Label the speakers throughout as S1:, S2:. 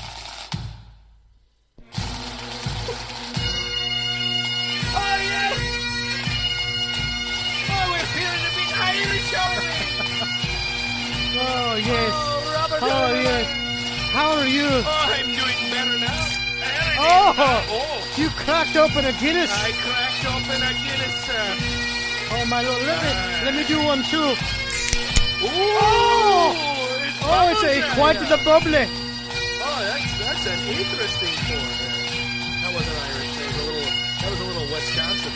S1: Oh, Oh, yes.
S2: Oh, Robert.
S1: Oh, yes. How are you?
S2: Oh, I'm doing better now. Everything.
S1: Oh.
S2: oh.
S1: You cracked open a Guinness.
S2: I cracked open a Guinness. Uh,
S1: Oh, my lord. Let me, let me do one, too.
S2: ooh,
S1: Oh.
S2: it
S1: Oh, it's
S2: bubbles
S1: a,
S2: there.
S1: quite the bubbly.
S2: Oh, that's, that's an interesting pour. there. That wasn't Irish. That was a little, that was a little Wisconsin.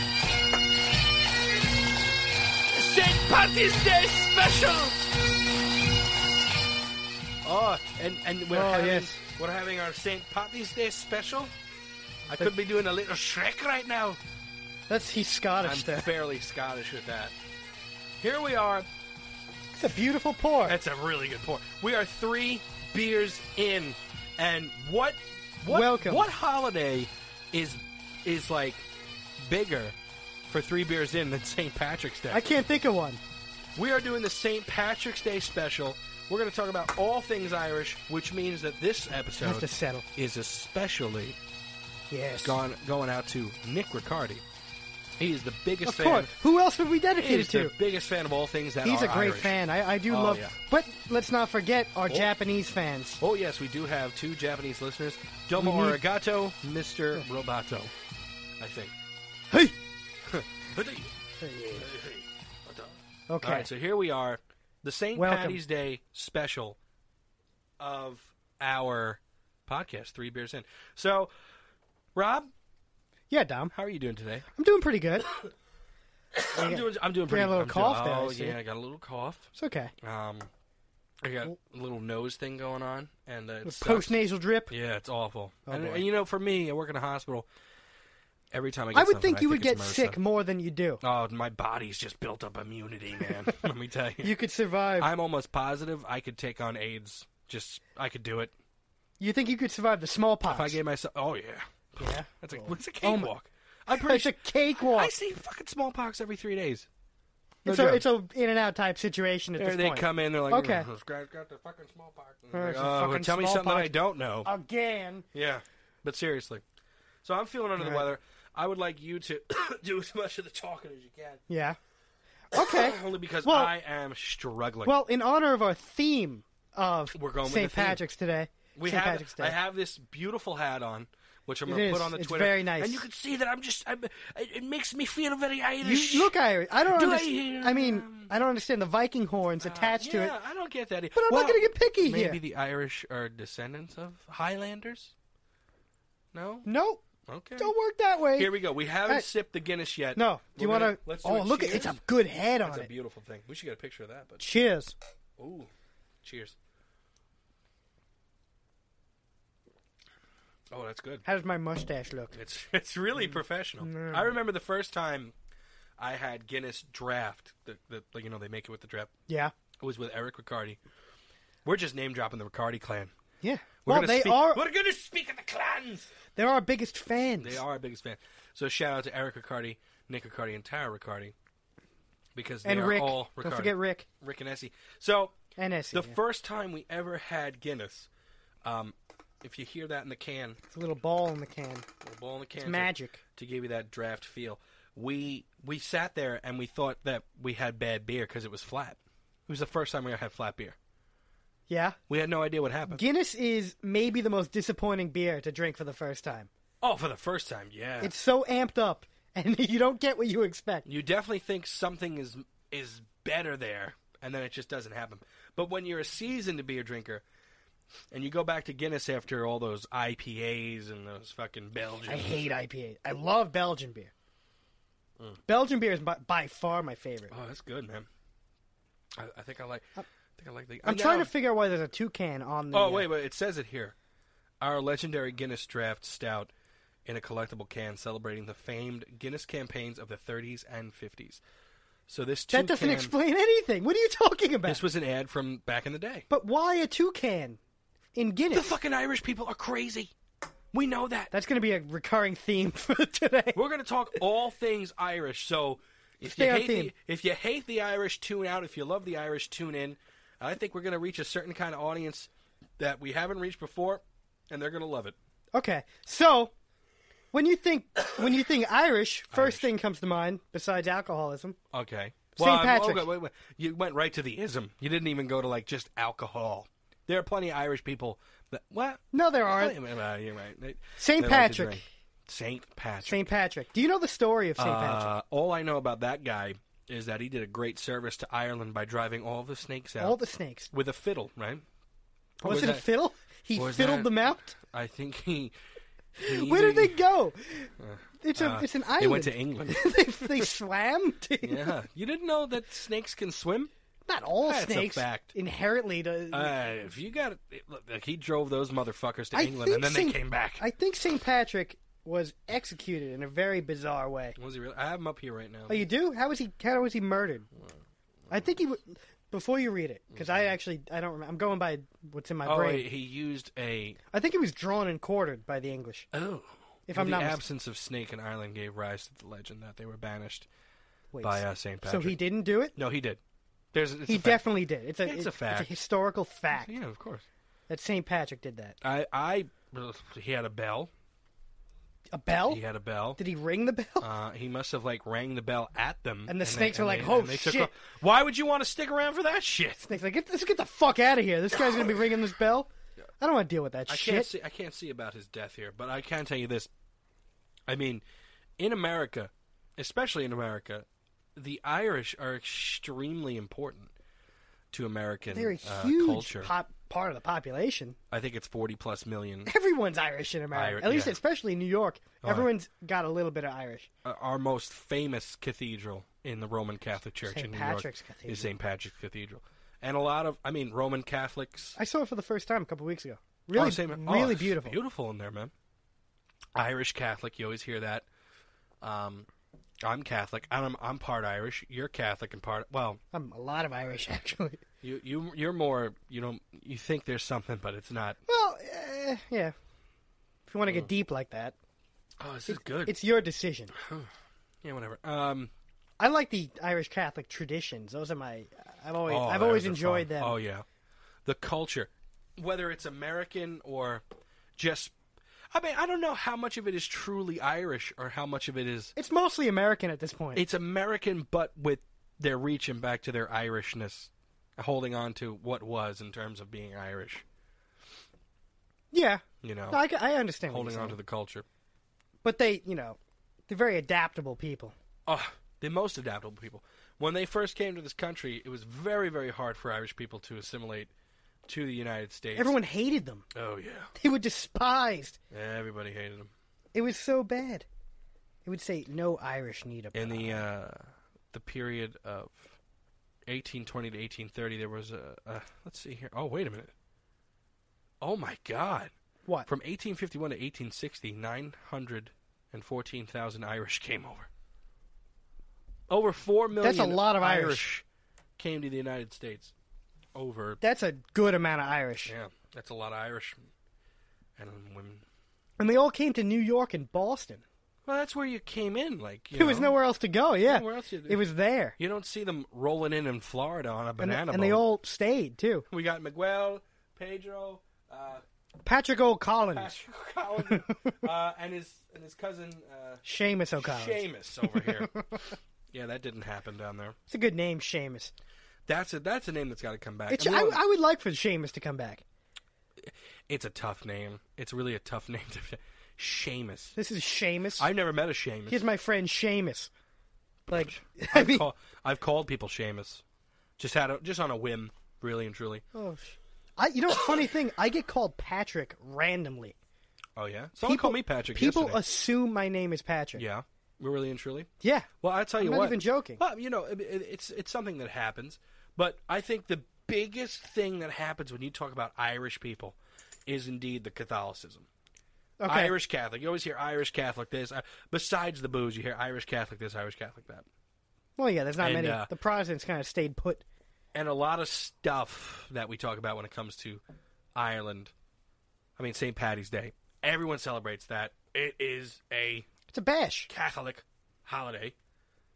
S2: St. Patty's Day special. Oh, and, and we're,
S1: Oh,
S2: having,
S1: yes.
S2: we're having our St. Patty's Day special. I could be doing a little Shrek right now.
S1: That's, he's
S2: I'm
S1: Scottish there.
S2: fairly Scottish with that. Here we are.
S1: It's a beautiful pour.
S2: That's a really good pour. We are three beers in, and what? what
S1: Welcome.
S2: What holiday is is like bigger for three beers in than St. Patrick's Day?
S1: I can't think of one.
S2: We are doing the St. Patrick's Day special. We're going to talk about all things Irish, which means that this
S1: I have to
S2: episode
S1: settle.
S2: is especially
S1: Yes.
S2: gone going out to Nick Riccardi. He is the biggest
S1: Of
S2: fan.
S1: course. Who else would we
S2: He
S1: dedicate
S2: is
S1: it to?
S2: the biggest fan of all things that
S1: He's
S2: are
S1: a great
S2: Irish.
S1: fan. I, I do
S2: Oh,
S1: love.
S2: yeah.
S1: But let's not forget our Japanese fans.
S2: Oh yes, we do have two Japanese listeners. Domo
S1: We need-
S2: arigato, Mr. Roboto. I think.
S1: Hey. Okay.
S2: All right, so here we are, the St.
S1: Welcome.
S2: Patty's Day special of our podcast, Three Beers In. So, Rob,
S1: yeah, Dom.
S2: how are you doing today?
S1: I'm doing pretty good.
S2: I'm doing. I'm doing pretty.
S1: a little
S2: I'm
S1: cough there,
S2: Doing,
S1: I
S2: oh
S1: see.
S2: yeah, I got a little cough.
S1: It's okay.
S2: Um, I got a little nose thing going on, and uh, it's
S1: Post nasal drip.
S2: Yeah, it's awful. and,
S1: Oh, boy.
S2: and you know, for me, I work in a hospital. Every time I get
S1: I would
S2: something,
S1: think you would get
S2: it's
S1: sick more than you do.
S2: MRSA. Oh, my body's just built up immunity, man. Let me tell you.
S1: You could survive.
S2: I'm almost positive I could take on AIDS. Just I could do it
S1: you think you could survive the smallpox?
S2: if I gave myself. Oh yeah,
S1: yeah.
S2: that's a what's a
S1: Oh, my-
S2: cakewalk. I'm pretty
S1: It's
S2: sure
S1: a cakewalk.
S2: I see fucking smallpox every three days. No
S1: it's, a,
S2: joke.
S1: it's a in and out type situation at
S2: There
S1: this
S2: they
S1: point.
S2: come in. They're like,
S1: Okay.
S2: "This guy's got the fucking smallpox." And
S1: Oh,
S2: they're like,
S1: it's a
S2: "Oh, well,
S1: fucking
S2: tell me something that
S1: smallpox."
S2: I don't know.
S1: Again.
S2: Yeah, but seriously, so I'm feeling under the
S1: All right.
S2: weather. I would like you to do as much of the talking as you can.
S1: Yeah. Okay.
S2: Only because
S1: Well-
S2: I am struggling.
S1: well, in honor of our theme of
S2: We're going with
S1: St.
S2: the theme.
S1: Patrick's today.
S2: we
S1: St.
S2: have
S1: Patrick's Day.
S2: I have this beautiful hat on, which I'm
S1: It
S2: going to
S1: is.
S2: put on the
S1: It's
S2: Twitter.
S1: very nice.
S2: and you can see that I'm just. I'm, it, it makes me feel very Irish.
S1: You look Irish. I don't.
S2: Do I
S1: understand.
S2: hear, Uh,
S1: I, mean, I don't understand the Viking horns attached
S2: yeah,
S1: to it.
S2: I don't get that.
S1: But I'm not going to get picky
S2: Maybe
S1: here.
S2: the Irish are descendants of Highlanders. No.
S1: No,
S2: Okay.
S1: don't work that way.
S2: Here we go. We haven't
S1: Hey.
S2: sipped the Guinness yet.
S1: no, do you
S2: We're
S1: want
S2: gonna-
S1: to?
S2: Let's do a
S1: Oh, look!
S2: cheers.
S1: It's a good head
S2: That's
S1: on
S2: a
S1: it.
S2: beautiful thing. We should get a picture of that. But
S1: Cheers.
S2: ooh, cheers. Oh, that's good.
S1: How does my mustache look?
S2: It's it's really
S1: Mm.
S2: professional. I remember the first time I had Guinness draft. The, the like, you know they make it with the draft.
S1: Yeah,
S2: It was with Eric Riccardi. We're just name dropping the Riccardi clan.
S1: yeah.
S2: We're
S1: well,
S2: gonna
S1: they
S2: speak-
S1: are.
S2: We're gonna speak of the clans.
S1: They're our biggest fans.
S2: They are our biggest fan. So shout out to Eric Riccardi, Nick Riccardi, and Tara Riccardi because they
S1: And
S2: are
S1: Rick.
S2: all
S1: Don't
S2: Riccardi.
S1: forget Rick
S2: Rick and Essie. So
S1: and Essie.
S2: the
S1: yeah.
S2: first time we ever had Guinness, um, if you hear that in the can,
S1: It's a little ball in the can.
S2: little ball in the can,
S1: It's magic.
S2: to give you that draft feel. We we sat there and we thought that we had bad beer because it was flat. It was the first time we ever had flat beer.
S1: Yeah.
S2: We had no idea what happened.
S1: Guinness is maybe the most disappointing beer to drink for the first time.
S2: Oh, for the first time, yeah.
S1: It's so amped up, and you don't get what you expect.
S2: you definitely think something is is better there, and then it just doesn't happen. But when you're a seasoned beer drinker, and you go back to Guinness after all those IPAs and those fucking Belgian,
S1: I hate IPAs. I love Belgian beer. Belgian beer is by, by far my favorite.
S2: Mm. oh, that's good, man. I, I think I like. I think I like the.
S1: I'm
S2: Yeah.
S1: trying to figure out why there's a toucan on the.
S2: Oh
S1: uh,
S2: wait, wait! It says it here. Our legendary Guinness Draft Stout in a collectible can, celebrating the famed Guinness campaigns of the 30s and 50s. So this
S1: that doesn't
S2: toucan-
S1: explain anything. What are you talking about?
S2: This was an ad from back in the day.
S1: but why a toucan in
S2: The
S1: Guinness?
S2: fucking Irish people are crazy. We know that.
S1: That's going to be a recurring theme for today.
S2: We're gonna talk all things Irish. So if
S1: Stay
S2: you
S1: on
S2: hate the,
S1: theme.
S2: if you hate the Irish, tune out. If you love the Irish, tune in. I think we're gonna reach a certain kind of audience that we haven't reached before, and they're gonna love it.
S1: Okay, so when you think when you think Irish, first thing comes to mind besides alcoholism.
S2: Okay. Well,
S1: St.
S2: I'm-
S1: Patrick.
S2: oh, wait, wait. You went right to the ism. You didn't even go to like just alcohol. There are plenty of Irish people that what?
S1: No, there
S2: Well,
S1: aren't.
S2: you're right. Uh, You're right. They- they like
S1: St.
S2: to
S1: Patrick.
S2: drink. St. Patrick.
S1: St. Patrick. Do you know the story of St. Patrick?
S2: Uh, all I know about that guy is that he did a great service to Ireland by driving all the snakes out
S1: All the snakes.
S2: with a fiddle, right? Or
S1: Was it a
S2: that-
S1: fiddle? He
S2: was
S1: fiddled
S2: that-
S1: them out.
S2: I think he. he
S1: Where did
S2: either-
S1: they go? It's a
S2: uh,
S1: it's an
S2: They
S1: island.
S2: went to England.
S1: they, they swam. To,
S2: yeah, you didn't know that snakes can swim.
S1: Not all
S2: That's a
S1: snakes
S2: fact.
S1: inherently. To,
S2: Uh, if you got it, look, like he drove those motherfuckers to
S1: I
S2: England and then
S1: think
S2: they
S1: Saint-
S2: came back.
S1: I think St. Patrick was executed in a very bizarre way.
S2: Was he really? I have him up here right now.
S1: Oh, you do? How was he? How was he murdered? I think he. w- Before you read it, because I actually I don't. Remember, I'm going by what's in my
S2: oh,
S1: brain.
S2: wait, he used a.
S1: I think he was drawn and quartered by the English.
S2: Oh,
S1: If
S2: Well,
S1: I'm
S2: the
S1: not mis-
S2: absence of snake in Ireland gave rise to the legend that they were banished
S1: Wait,
S2: by uh, Saint
S1: so
S2: Patrick.
S1: he didn't do it.
S2: No, he did. There's it's
S1: he
S2: a fact.
S1: definitely did. It's a
S2: It's a
S1: it-
S2: fact.
S1: historical fact
S2: Yeah, of course.
S1: that St. Patrick did that.
S2: I I he had a bell.
S1: A bell?
S2: He had a bell.
S1: Did he ring the bell?
S2: Uh, he must have like rang the bell at them,
S1: And the snakes were like,
S2: and
S1: "Oh,
S2: and took
S1: shit."
S2: off. Why would you want to stick around for that shit?"
S1: Snake's like, get, let's get the fuck out of here. This guy's gonna be ringing this bell. I don't want to deal with that
S2: I
S1: shit.
S2: can't see. I can't see about his death here, but I can tell you this. I mean, in America, especially in America, the Irish are extremely important to American
S1: They're a
S2: uh,
S1: huge
S2: culture.
S1: pop, part of the population.
S2: I think it's forty plus million.
S1: Everyone's Irish in America.
S2: Iri-
S1: At least,
S2: yeah.
S1: especially in New York,
S2: yeah.
S1: everyone's got a little bit of Irish.
S2: Uh, our most famous cathedral in the Roman Catholic Church
S1: St.
S2: in New
S1: Patrick's
S2: York
S1: Cathedral.
S2: is St. Patrick's Cathedral, and a lot of I mean Roman Catholics.
S1: I saw it for the first time a couple weeks ago. Really,
S2: Oh, same- oh,
S1: really
S2: it's
S1: beautiful.
S2: Beautiful in there, man. Irish Catholic, you always hear that. Um, I'm Catholic. and I'm I'm part Irish. You're Catholic and part. Well,
S1: I'm a lot of Irish actually.
S2: you you you're more. You don't. You think there's something, but it's not.
S1: Well, eh, yeah. If you want to
S2: Mm.
S1: get deep like that,
S2: Oh, this is good.
S1: it's your decision.
S2: yeah, whatever. Um,
S1: I like the Irish Catholic traditions. Those are my. I've always
S2: oh,
S1: I've
S2: those
S1: always
S2: are
S1: enjoyed
S2: fun.
S1: them.
S2: Oh yeah, the culture, whether it's American or just. I mean, I don't know how much of it is truly Irish or how much of it is
S1: It's mostly American at this point.
S2: it's American, but with they're reaching back to their Irishness, holding on to what was in terms of being Irish.
S1: yeah,
S2: You know,
S1: no, I, ca- I understand. What
S2: holding
S1: you're
S2: on
S1: saying.
S2: to the culture.
S1: but they, you know, they're very adaptable people.
S2: Oh, the most adaptable people. When they first came to this country, it was very, very hard for Irish people to assimilate to the United States.
S1: Everyone hated them.
S2: oh yeah,
S1: They were despised.
S2: everybody hated them.
S1: It was so bad. It would say no Irish need a.
S2: In the uh, the period of 1820 to 1830, there was a, a let's see here. Oh wait a minute. Oh my God.
S1: what?
S2: From 1851 to 1860, 914,000 Irish came over. Over 4 million
S1: That's a lot of Irish.
S2: came to the United States. Over.
S1: That's a good amount of Irish,
S2: Yeah, that's a lot of Irish and women.
S1: and they all came to New York and Boston.
S2: Well, that's where you came in. Like you
S1: There was
S2: know.
S1: nowhere else to go. Yeah,
S2: Nowhere else you-
S1: it was there,
S2: You don't see them rolling in in Florida on a
S1: and,
S2: banana
S1: and they
S2: boat.
S1: all stayed too.
S2: We got Miguel, Pedro, uh,
S1: Patrick O'Collins,
S2: Patrick O'Connor, uh, and his and his cousin uh,
S1: Seamus O'Collins.
S2: Seamus over here. yeah, that didn't happen down there.
S1: It's a good name, Seamus.
S2: That's a that's a name that's got to come back.
S1: It's,
S2: And
S1: I,
S2: we all-
S1: I would like for Seamus to come back.
S2: it's a tough name. It's really a tough name to Seamus.
S1: This is Seamus.
S2: I've never met a Seamus.
S1: Here's my friend Seamus. Like, I
S2: I've,
S1: mean,
S2: call- I've called people Seamus, just had a, just on a whim, really and truly.
S1: oh, sh- I, you know, funny thing, I get called Patrick randomly.
S2: Oh yeah, someone called me Patrick.
S1: People
S2: yesterday.
S1: assume my name is Patrick.
S2: yeah, we're really and truly.
S1: Yeah.
S2: Well, I tell you
S1: not
S2: what,
S1: even joking.
S2: Well, you know, it, it- it's it's something that happens, but I think the biggest thing that happens when you talk about Irish people is indeed the Catholicism.
S1: Okay.
S2: Irish Catholic. You always hear Irish Catholic this. I- Besides the booze, you hear Irish Catholic this, Irish Catholic that.
S1: Well, yeah, there's not
S2: And,
S1: many.
S2: uh,
S1: the Protestants kind of stayed put.
S2: and a lot of stuff that we talk about when it comes to Ireland. I mean, St. Patty's Day. Everyone celebrates that. It is a
S1: It's a bash.
S2: Catholic holiday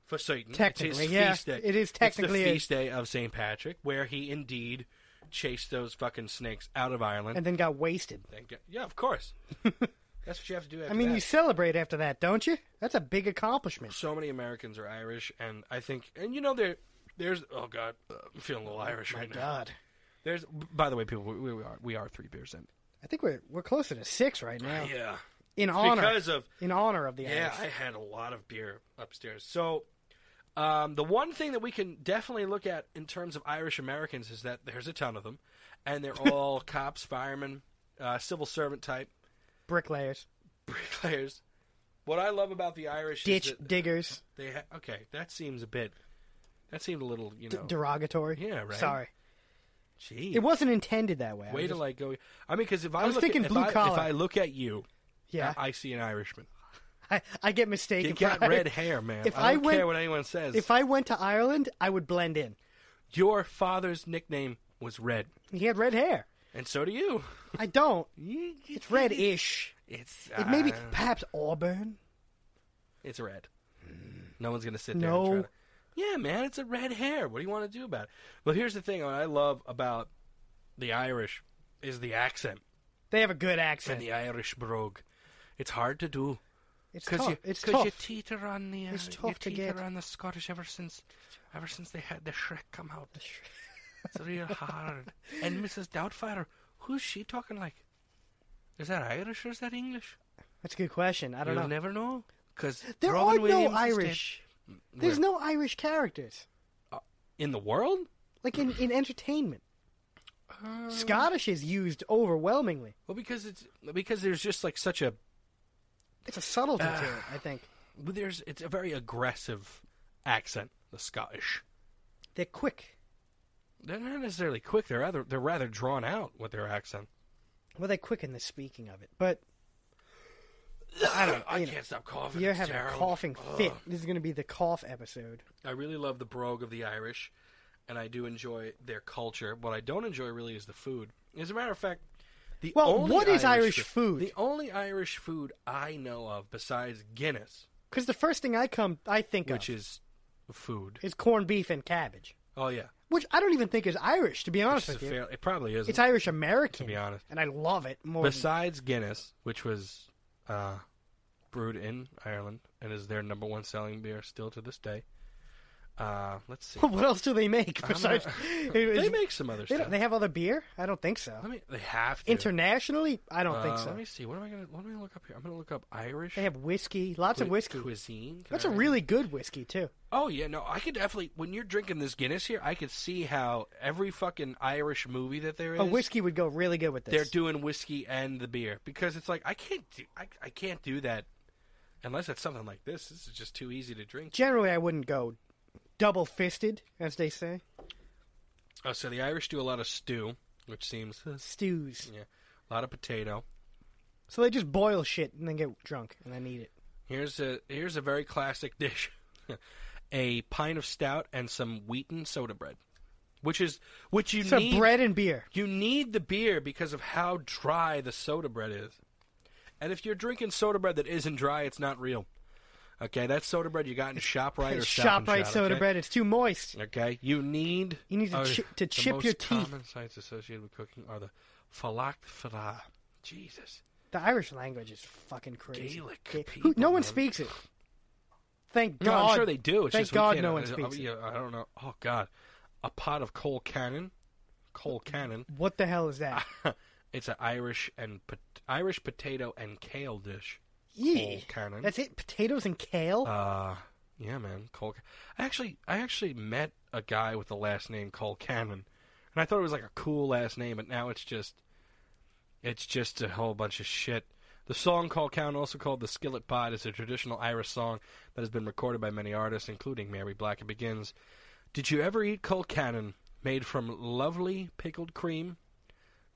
S2: for Satan. it's
S1: Technically,
S2: his
S1: yeah.
S2: feast day.
S1: It is technically
S2: it's
S1: a-
S2: the feast day of St. Patrick, where he indeed chased those fucking snakes out of Ireland.
S1: And then got wasted.
S2: Thank you. Yeah, of course. That's what you have to do. After
S1: I mean,
S2: that.
S1: you celebrate after that, don't you? That's a big accomplishment.
S2: so many Americans are Irish, and I think, and you know, there, there's. Oh God, I'm feeling a little Irish
S1: My
S2: right now.
S1: God,
S2: There's. By the way, people, we, we are we are three beers in.
S1: I think we're we're closer to six right now.
S2: Yeah,
S1: In honor,
S2: because of
S1: in honor of the
S2: yeah,
S1: Irish.
S2: I had a lot of beer upstairs. So, um, the one thing that we can definitely look at in terms of Irish Americans is that there's a ton of them, and they're all cops, firemen, uh, civil servant type,
S1: bricklayers,
S2: bricklayers. What I love about the Irish is
S1: ditch
S2: that
S1: diggers,
S2: they ha- okay. That seems a bit. That seemed a little, you
S1: d-
S2: know.
S1: derogatory.
S2: Oh. Yeah, right.
S1: Sorry,
S2: Gee.
S1: it wasn't intended that way. I
S2: Way
S1: was
S2: to
S1: just-
S2: like go. I mean, because if I,
S1: was
S2: look
S1: thinking
S2: at,
S1: blue
S2: if I,
S1: collar.
S2: If I look at you,
S1: yeah,
S2: I, I see an Irishman.
S1: I, I get
S2: You
S1: mistaken. for
S2: got
S1: Irish.
S2: red hair, man.
S1: if
S2: I
S1: I
S2: don't
S1: went-
S2: care what anyone says.
S1: If I went to Ireland, I would blend in.
S2: Your father's nickname was Red,
S1: He had red hair.
S2: and so do you.
S1: I don't.
S2: It's
S1: It's red-ish.
S2: It's
S1: It may be
S2: uh,
S1: perhaps Auburn.
S2: It's red. No one's gonna sit there.
S1: No.
S2: And try to, yeah, man, it's a red hair. What do you want to do about it? Well, here's the thing. What I love about the Irish is the accent
S1: They have a good
S2: and
S1: accent.
S2: the Irish brogue. It's hard to do.
S1: It's
S2: Because
S1: tough.
S2: you,
S1: it's
S2: 'cause
S1: tough.
S2: you teeter on the, uh,
S1: It's
S2: you
S1: tough to
S2: teeter
S1: get.
S2: on the Scottish ever since, ever since they had the Shrek come out. it's real hard. And Mrs. Doubtfire, who's she talking like? Is that Irish or is that English?
S1: That's a good question. I don't
S2: You'll
S1: know.
S2: never know. Because
S1: There
S2: Robin
S1: are
S2: Williams is
S1: no
S2: dead.
S1: Irish.
S2: Mm,
S1: There's no Irish characters.
S2: in the world.
S1: Like in, in entertainment,
S2: Mm. Uh,
S1: Scottish is used overwhelmingly.
S2: Well, because it's because there's just like such a
S1: It's a subtlety to it,
S2: Ah.
S1: I think.
S2: there's it's a very aggressive accent. The Scottish.
S1: They're quick.
S2: They're not necessarily quick. They're rather they're rather drawn out with their accent.
S1: Well, they're quick in the speaking of it, but I don't.
S2: I
S1: you know,
S2: can't stop coughing.
S1: You're
S2: It's
S1: having a
S2: terrible.
S1: coughing fit.
S2: Ugh.
S1: This is going to be the cough episode.
S2: I really love the brogue of the Irish, and I do enjoy their culture. What I don't enjoy really is the food. As a matter of fact, the
S1: Well,
S2: only
S1: what is Irish
S2: fu-
S1: food?
S2: The only Irish food I know of besides Guinness,
S1: Because the first thing I come, I think
S2: which
S1: of
S2: is food.
S1: is corned beef and cabbage,
S2: Oh yeah,
S1: which I don't even think is Irish. To be honest
S2: It's a
S1: with you,
S2: fair- it probably is.
S1: it's Irish American.
S2: To be honest.
S1: and I love it more. than-
S2: Besides Guinness, which was uh, brewed in Ireland and is their number one selling beer still to this day. Uh, let's see.
S1: what else do they make besides?
S2: they make some other
S1: They,
S2: stuff.
S1: don't, they have other beer? I don't think so.
S2: Let me. They have to.
S1: Internationally, I don't think
S2: Uh,
S1: so.
S2: Let me see. What am I gonna? What am I gonna look up here? I'm gonna look up Irish.
S1: They have whiskey, lots of
S2: cu-
S1: whiskey.
S2: cuisine. Can
S1: That's a
S2: I-
S1: really good whiskey too.
S2: Oh yeah, no, I could definitely. When you're drinking this Guinness here, I could see how every fucking Irish movie that there is,
S1: A whiskey would go really good with this.
S2: they're doing whiskey and the beer because it's like I can't do. I, I can't do that unless it's something like this. This is just too easy to drink.
S1: Generally, I wouldn't go double fisted, as they say.
S2: Oh, so the Irish do a lot of stew, which seems
S1: Stews.
S2: yeah, a lot of potato.
S1: So they just boil shit and then get drunk and then eat it.
S2: Here's a here's a very classic dish: a pint of stout and some wheaten soda bread, which is which you
S1: So
S2: need.
S1: bread and beer.
S2: You need the beer because of how dry the soda bread is, and if you're drinking soda bread that isn't dry, it's not real. Okay, that soda bread you got in Shoprite or Stop
S1: Shop
S2: and
S1: right
S2: Shop,
S1: soda
S2: okay?
S1: bread. It's too moist.
S2: Okay, you need
S1: You need to chi- to chip
S2: the most
S1: your teeth.
S2: Common sites associated with cooking are the falak fara. Jesus,
S1: The Irish language is fucking crazy.
S2: Gaelic
S1: Ga-
S2: people,
S1: Who, no one
S2: man.
S1: speaks it. Thank
S2: No,
S1: God.
S2: I'm sure they do. It's
S1: Thank
S2: just we
S1: God
S2: can't-
S1: no one
S2: I- I-
S1: speaks it.
S2: yeah, I don't know. Oh God, a pot of coal cannon, coal cannon.
S1: What the hell is that?
S2: Ah, it's an Irish and pot- Irish potato and kale dish.
S1: Yeah.
S2: cannon.
S1: That's it. Potatoes and kale.
S2: Uh yeah, man, coal. Ca- I actually, I actually met a guy with the last name Cole Cannon, and I thought it was like a cool last name, but now it's just, it's just a whole bunch of shit. The song Call Cannon, also called the Skillet Pod, is a traditional Irish song that has been recorded by many artists, including Mary Black. It begins, "Did you ever eat Cole Cannon, made from lovely pickled cream,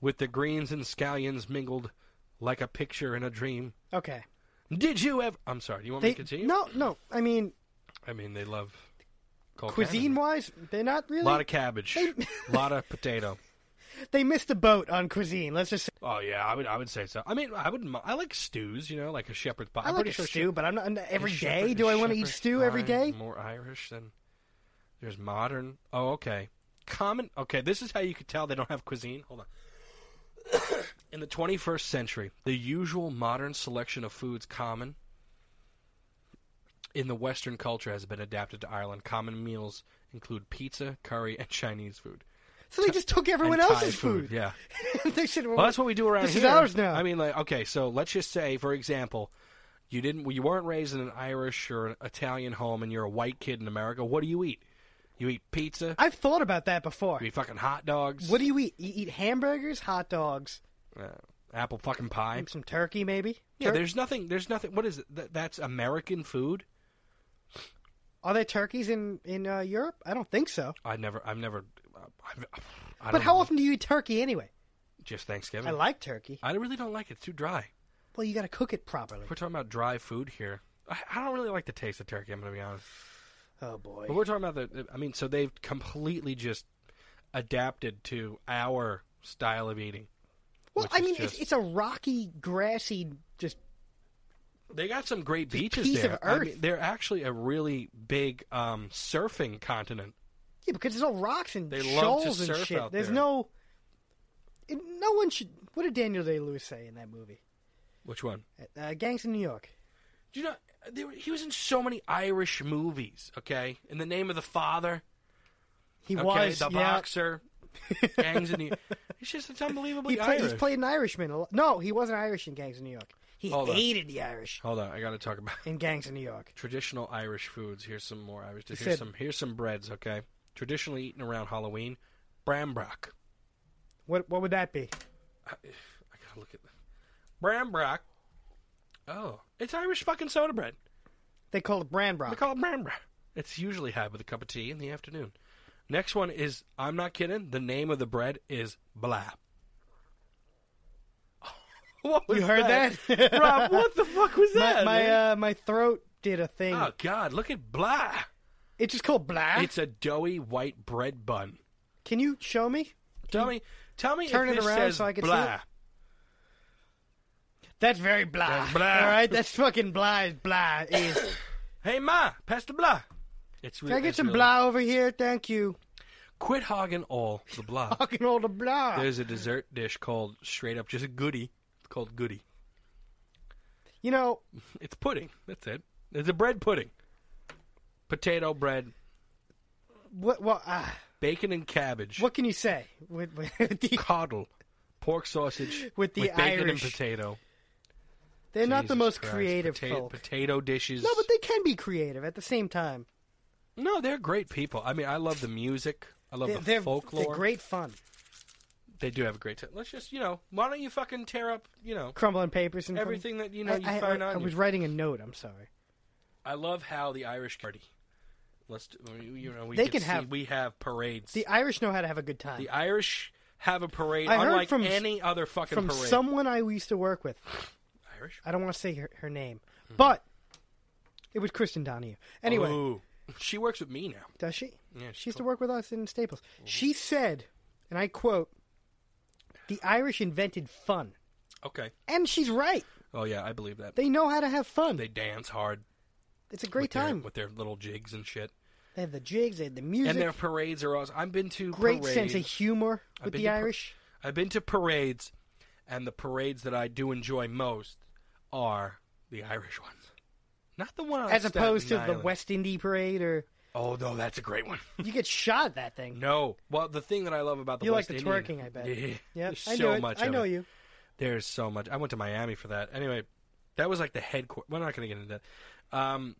S2: with the greens and scallions mingled, like a picture in a dream?
S1: okay.
S2: Did you ever?" I'm sorry. Do you want me
S1: They,
S2: to continue?
S1: no, no. I mean,
S2: I mean, they love cold
S1: cuisine wise, they're not really.
S2: A lot of cabbage, a lot of potato.
S1: they missed the boat on cuisine. Let's just. Say.
S2: Oh yeah, I would. I would say so. I mean, I would. mi- I like stews. You know, like a shepherd's pie.
S1: I
S2: I'm
S1: like
S2: pretty
S1: a
S2: sure
S1: stew, but I'm not and
S2: she-
S1: every
S2: is
S1: day.
S2: shepherd-
S1: Do I
S2: is
S1: want to eat
S2: shepherd's
S1: stew every
S2: pie
S1: day?
S2: More Irish than there's modern. Oh, okay. Common. Okay, this is how you could tell they don't have cuisine. Hold on. In the 21st century, the usual modern selection of foods common in the Western culture has been adapted to Ireland. Common meals include pizza, curry, and Chinese food.
S1: So they just took everyone
S2: And Thai
S1: else's food.
S2: Yeah.
S1: they should.
S2: Well, that's what we do around
S1: This
S2: here.
S1: is ours now.
S2: I mean, like, okay, so let's just say, for example, you didn't, you weren't raised in an Irish or an Italian home, and you're a white kid in America. What do you eat? You eat pizza.
S1: I've thought about that before.
S2: You eat fucking hot dogs.
S1: What do you eat? You eat hamburgers, hot dogs,
S2: Uh, apple fucking pie.
S1: some turkey, maybe.
S2: Yeah,
S1: Tur-
S2: there's nothing. There's nothing. What is it? Th- that's American food.
S1: are there turkeys in in uh, Europe? I don't think so.
S2: I never. I've never. I've, I don't
S1: But how
S2: know. Mm.
S1: often do you eat turkey anyway?
S2: Just Thanksgiving.
S1: I like turkey.
S2: I really don't like it. It's too dry.
S1: Well, you got to cook it properly.
S2: We're talking about dry food here. I, I don't really like the taste of turkey. I'm gonna be honest.
S1: Oh boy.
S2: But we're talking about the. I mean, so they've completely just adapted to our style of eating.
S1: Well,
S2: which
S1: I
S2: is
S1: mean,
S2: just-
S1: it's, it's a rocky, grassy, just
S2: They got some great beaches
S1: piece
S2: there.
S1: of
S2: I
S1: earth.
S2: mean, they're actually a really big um, surfing continent.
S1: yeah, because it's all rocks and
S2: They love to
S1: shoals and
S2: surf
S1: shit.
S2: out
S1: There's
S2: there.
S1: no, it, no one should. What did Daniel Day Lewis say in that movie?
S2: Which one?
S1: Uh, Gangs in New York.
S2: Do you know they were, he was in so many Irish movies? Okay, in the name of the father.
S1: He
S2: Okay,
S1: was
S2: the
S1: yeah.
S2: boxer. Gangs in New York. It's just it's unbelievably
S1: He played.
S2: Irish.
S1: He's played an Irishman. a lot. No, he wasn't Irish in Gangs in New York. He
S2: Hold on.
S1: hated the Irish
S2: Hold on, I got to talk about
S1: in Gangs in New York.
S2: traditional Irish foods. Here's some more Irish. Here's
S1: said-
S2: some here's some breads. Okay, traditionally eaten around Halloween, brambrock.
S1: What what would that be?
S2: I gotta look at that. brambrock. Oh, it's Irish fucking soda bread.
S1: They call it brand
S2: They
S1: brock.
S2: call it brambrock. It's usually had with a cup of tea in the afternoon. Next one is I'm not kidding. The name of the bread is blah. What was
S1: You heard that?
S2: Rob? What the fuck was
S1: my
S2: that?
S1: my,
S2: man?
S1: uh, my throat did a thing.
S2: Oh God! Look at blah.
S1: It's just called blah.
S2: It's a doughy white bread bun.
S1: Can you show me?
S2: Tell me, tell me
S1: turn
S2: if
S1: it
S2: this
S1: around
S2: says
S1: so I can see
S2: blah.
S1: it? That's very blah.
S2: That's blah.
S1: All right, that's fucking blah. is Blah is.
S2: Hey ma, pass the blah. It's really.
S1: Can I get
S2: it's
S1: some
S2: really-
S1: blah over here? Thank you.
S2: Quit hogging all the blah.
S1: Fucking all the blah.
S2: There's a dessert dish called straight up just a goodie. It's called goodie.
S1: You know,
S2: It's pudding. That's it. It's a bread pudding. Potato bread,
S1: what? Well, uh,
S2: bacon and cabbage,
S1: what can you say with, with the,
S2: coddle, pork sausage
S1: With the
S2: bacon
S1: Irish-
S2: and potato.
S1: They're not the
S2: Jesus
S1: most
S2: Christ.
S1: creative
S2: Pota-
S1: folk.
S2: potato dishes.
S1: No, but they can be creative at the same time.
S2: No, they're great people. I mean, I love the music. I love
S1: They,
S2: the
S1: they're,
S2: folklore.
S1: they're great fun.
S2: They do have a great time. Let's just, you know, why don't you fucking tear up, you know,
S1: Crumbling papers and
S2: everything that you know
S1: I,
S2: you
S1: I-
S2: find
S1: I-
S2: on
S1: I was
S2: you.
S1: writing a note. I'm sorry.
S2: I love how the Irish party. Let's, do, you know, we
S1: They
S2: get
S1: can
S2: to see-
S1: have-
S2: we have parades.
S1: The Irish know how to have a good time.
S2: The Irish have a parade
S1: I heard
S2: unlike
S1: from-
S2: any other fucking
S1: From
S2: parade.
S1: someone I used to work with,
S2: Irish.
S1: I don't want to say her, her name,
S2: Hmm.
S1: but it was Kristen Donahue. Anyway,
S2: Ooh. she works with me now.
S1: does she?
S2: Yeah,
S1: She used to work with us in Staples. She said, and I quote, "The Irish invented fun,"
S2: Okay.
S1: and she's right.
S2: Oh yeah, I believe that. They,
S1: They know how to have fun.
S2: dance hard.
S1: it's a great
S2: with their-
S1: time.
S2: with their little jigs and shit.
S1: they have the jigs, they have the music,
S2: And their parades are awesome. I've been to
S1: great
S2: parades.
S1: sense of humor
S2: I've
S1: with
S2: been
S1: the
S2: to par-
S1: Irish.
S2: I've been to parades, and the parades that I do enjoy most are the Irish ones, not the one on
S1: as opposed to
S2: Staten
S1: the
S2: Island.
S1: West Indy Parade, or
S2: Oh no, that's a great one.
S1: you get shot at that thing.
S2: No, well, the thing that I love about the
S1: You like
S2: West
S1: the
S2: Indian-
S1: twerking, I bet.
S2: Yeah,
S1: Yeah,
S2: there's
S1: I
S2: so
S1: know it.
S2: much.
S1: I
S2: of
S1: know
S2: it.
S1: you.
S2: There's so much. I went to Miami for that. Anyway, that was like the headquarters. We're not going to get into that. Um,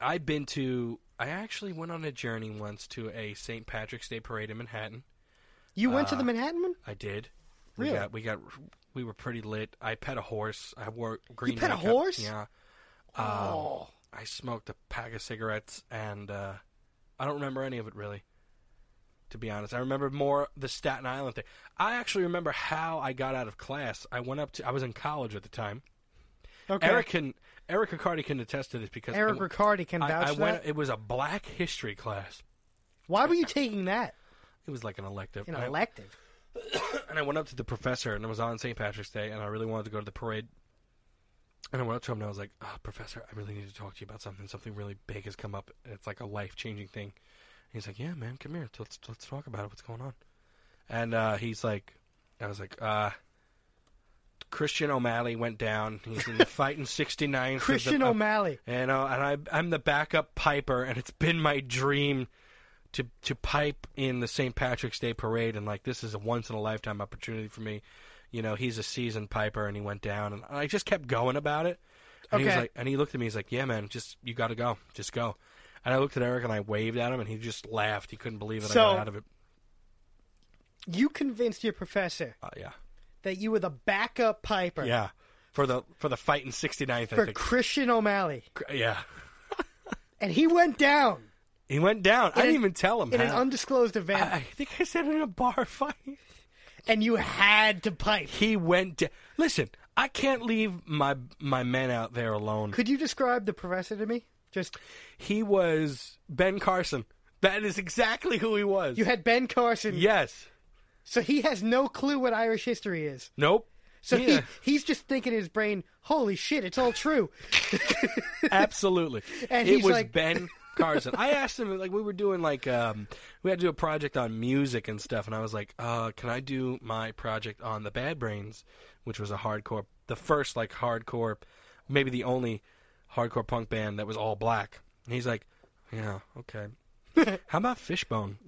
S2: I've been to. I actually went on a journey once to a St. Patrick's Day parade in Manhattan.
S1: You went
S2: Uh,
S1: to the Manhattan one.
S2: I did. We
S1: Really?
S2: got we got we were pretty lit. I pet a horse. I wore green.
S1: pet a
S2: makeup.
S1: horse?
S2: Yeah. Um,
S1: oh,
S2: I smoked a pack of cigarettes, and uh, I don't remember any of it really. To be honest, I remember more the Staten Island thing. I actually remember how I got out of class. I went up to I was in college at the time.
S1: okay.
S2: Eric can Eric Riccardi can attest to this because
S1: Eric
S2: it-
S1: Riccardi can
S2: I,
S1: vouch
S2: I
S1: for
S2: went.
S1: that.
S2: It was a Black History class.
S1: Why were you taking that?
S2: It was like an elective.
S1: An
S2: And I-
S1: elective.
S2: and I went up to the professor, and it was on St. Patrick's Day, and I really wanted to go to the parade. And I went up to him, and I was like, oh, "Professor, I really need to talk to you about something. Something really big has come up. It's like a life changing thing." And he's like, "Yeah, man, come here. Let's let's talk about it. What's going on?" And uh, he's like, I was like, uh, Christian O'Malley went down. He's in the fighting 69.
S1: Christian O'Malley.
S2: And, uh, and I, I'm the backup piper, and it's been my dream to to pipe in the St. Patrick's Day parade. And like, this is a once in a lifetime opportunity for me. You know, he's a seasoned piper, and he went down, and I just kept going about it. And he was
S1: Okay.
S2: like, and he looked at me. He's like, "Yeah, man, just you got to go, just go." And I looked at Eric, and I waved at him, and he just laughed. He couldn't believe it. I
S1: So-
S2: got out of it.
S1: You convinced your professor
S2: Uh, yeah,
S1: that you were the backup piper
S2: yeah, for the for the fight in '69. I
S1: for
S2: think.
S1: Christian O'Malley,
S2: Yeah,
S1: and he went down
S2: he went down. I didn't
S1: an-
S2: even tell him.
S1: in an
S2: how.
S1: undisclosed event,
S2: I I think I said in a bar fight.
S1: and you had to pipe.
S2: He went. Da- Listen, I can't leave my my men out there alone.
S1: Could you describe the professor to me? Just
S2: He was Ben Carson. That is exactly who he was.
S1: you had Ben Carson,
S2: yes.
S1: so he has no clue what Irish history is.
S2: Nope.
S1: So
S2: Yeah.
S1: he, he's just thinking in his brain, "Holy shit, it's all true."
S2: Absolutely.
S1: And
S2: it
S1: he's
S2: was
S1: like-
S2: Ben Carson. I asked him like we were doing like um we had to do a project on music and stuff and I was like, uh, can I do my project on the Bad Brains, which was a hardcore the first like hardcore maybe the only hardcore punk band that was all black. And he's like, Yeah, okay. How about Fishbone?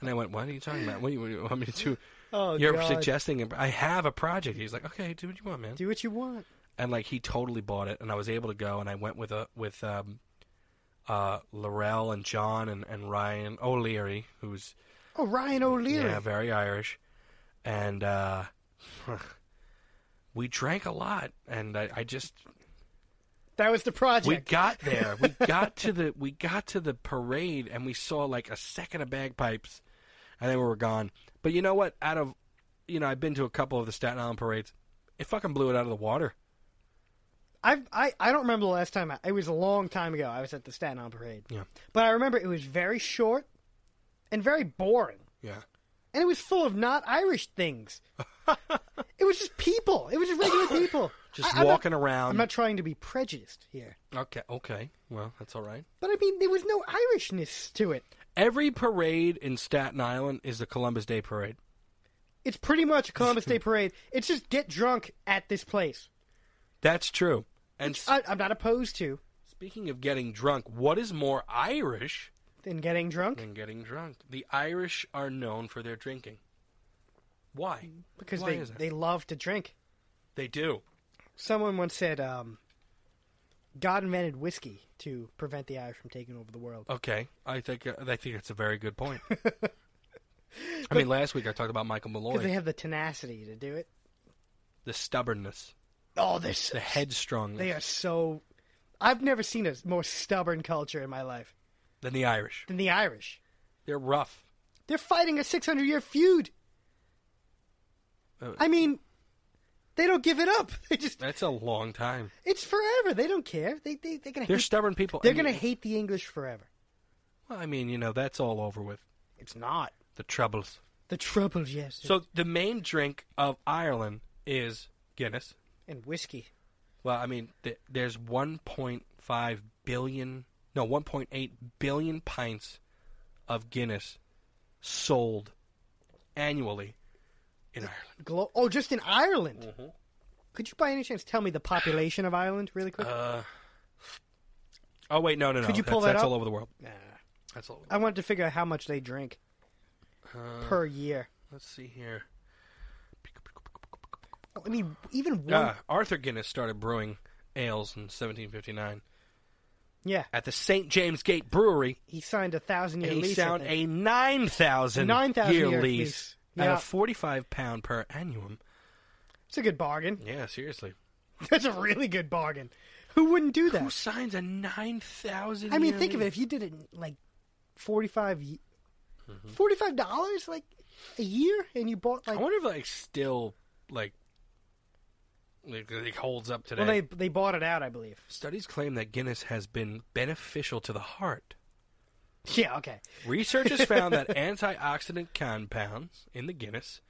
S2: and I went, What are you talking about? What do you, what do you want me to do?
S1: Oh,
S2: You're
S1: God.
S2: suggesting I have a project. He's like, Okay, do what you want, man
S1: Do what you want.
S2: and like he totally bought it and i was able to go and i went with a with um uh laurel and john and, and ryan o'leary who's
S1: Oh, Ryan O'Leary.
S2: yeah very irish and uh we drank a lot and i, I just
S1: That was the project.
S2: we got there we got to the we got to the parade and we saw like a second of bagpipes and then we were gone but you know what out of you know i've been to a couple of the staten island parades it fucking blew it out of the water
S1: I've, I I don't remember the last time. I, it was a long time ago. I was at the Staten Island Parade.
S2: Yeah.
S1: But I remember it was very short and very boring,
S2: yeah
S1: and it was full of not Irish things. it was just people. It was just regular people.
S2: just
S1: I- I'm not-
S2: walking around
S1: I'm not trying to be prejudiced here,
S2: Okay, okay. Well, that's all right.
S1: but I mean there was no Irishness to it.
S2: Every parade in Staten Island is the Columbus Day Parade.
S1: It's pretty much a Columbus Day Parade. It's just get drunk at this place.
S2: That's true. And s-
S1: I, I'm not opposed to
S2: speaking of getting drunk, what is more Irish
S1: than getting drunk
S2: than getting drunk? The Irish are known for their drinking. Why?
S1: because
S2: Why
S1: they
S2: is that?
S1: they love to drink.
S2: They do.
S1: Someone once said, um, "God invented whiskey to prevent the Irish from taking over the world."
S2: Okay, I think uh, I think that's a very good point. I mean, last week I talked about Michael Malloy,
S1: Because they have the tenacity to do it.
S2: the stubbornness,
S1: Oh, they're so,
S2: the headstrongness
S1: they are so. I've never seen a more stubborn culture in my life
S2: than the Irish.
S1: than the Irish.
S2: They're rough.
S1: They're fighting a 600 year feud.
S2: Uh,
S1: I mean, they don't give it up. They just
S2: That's a long time.
S1: it's forever. They don't care. They they they're gonna
S2: They're
S1: hate,
S2: stubborn people.
S1: they're
S2: And-
S1: gonna hate the English forever.
S2: Well, I mean, you know, that's all over with.
S1: It's not
S2: The troubles.
S1: the trouble, yes.
S2: So the main drink of Ireland is Guinness.
S1: and whiskey.
S2: Well, I mean, th- there's 1.5 billion, no, 1.8 billion pints of Guinness sold annually in Ireland.
S1: Glo- oh, just in Ireland.
S2: Mm-hmm.
S1: Could you, by any chance, tell me the population of Ireland really quick?
S2: Uh, Oh wait, no, no, no.
S1: Could you pull
S2: that's,
S1: that
S2: that's
S1: up?
S2: all over the world.
S1: Nah.
S2: That's all. Over.
S1: I wanted to figure out how much they drink
S2: uh,
S1: per year.
S2: Let's see here.
S1: Oh, I mean, even one.
S2: Ah, Arthur Guinness started brewing ales in 1759
S1: yeah,
S2: at the St James Gate Brewery
S1: he signed a thousand year
S2: and he
S1: lease. I
S2: signed
S1: think.
S2: a 9,000
S1: 9,000
S2: year,
S1: year
S2: lease,
S1: lease.
S2: at
S1: Yeah.
S2: a 45 pound per annum.
S1: It's a good bargain.
S2: Yeah, seriously.
S1: That's a really good bargain. Who wouldn't
S2: Who
S1: do that?
S2: signs a 9,000
S1: I mean,
S2: year
S1: think of it.
S2: lease?
S1: If you did it in, like forty five, forty five dollars like a year, and you bought like
S2: Mm-hmm. I wonder if like still like like, like holds up today.
S1: well, they they bought it out, I believe.
S2: Studies claim that Guinness has been beneficial to the heart.
S1: Yeah, okay.
S2: Researchers found that antioxidant compounds in the Guinness,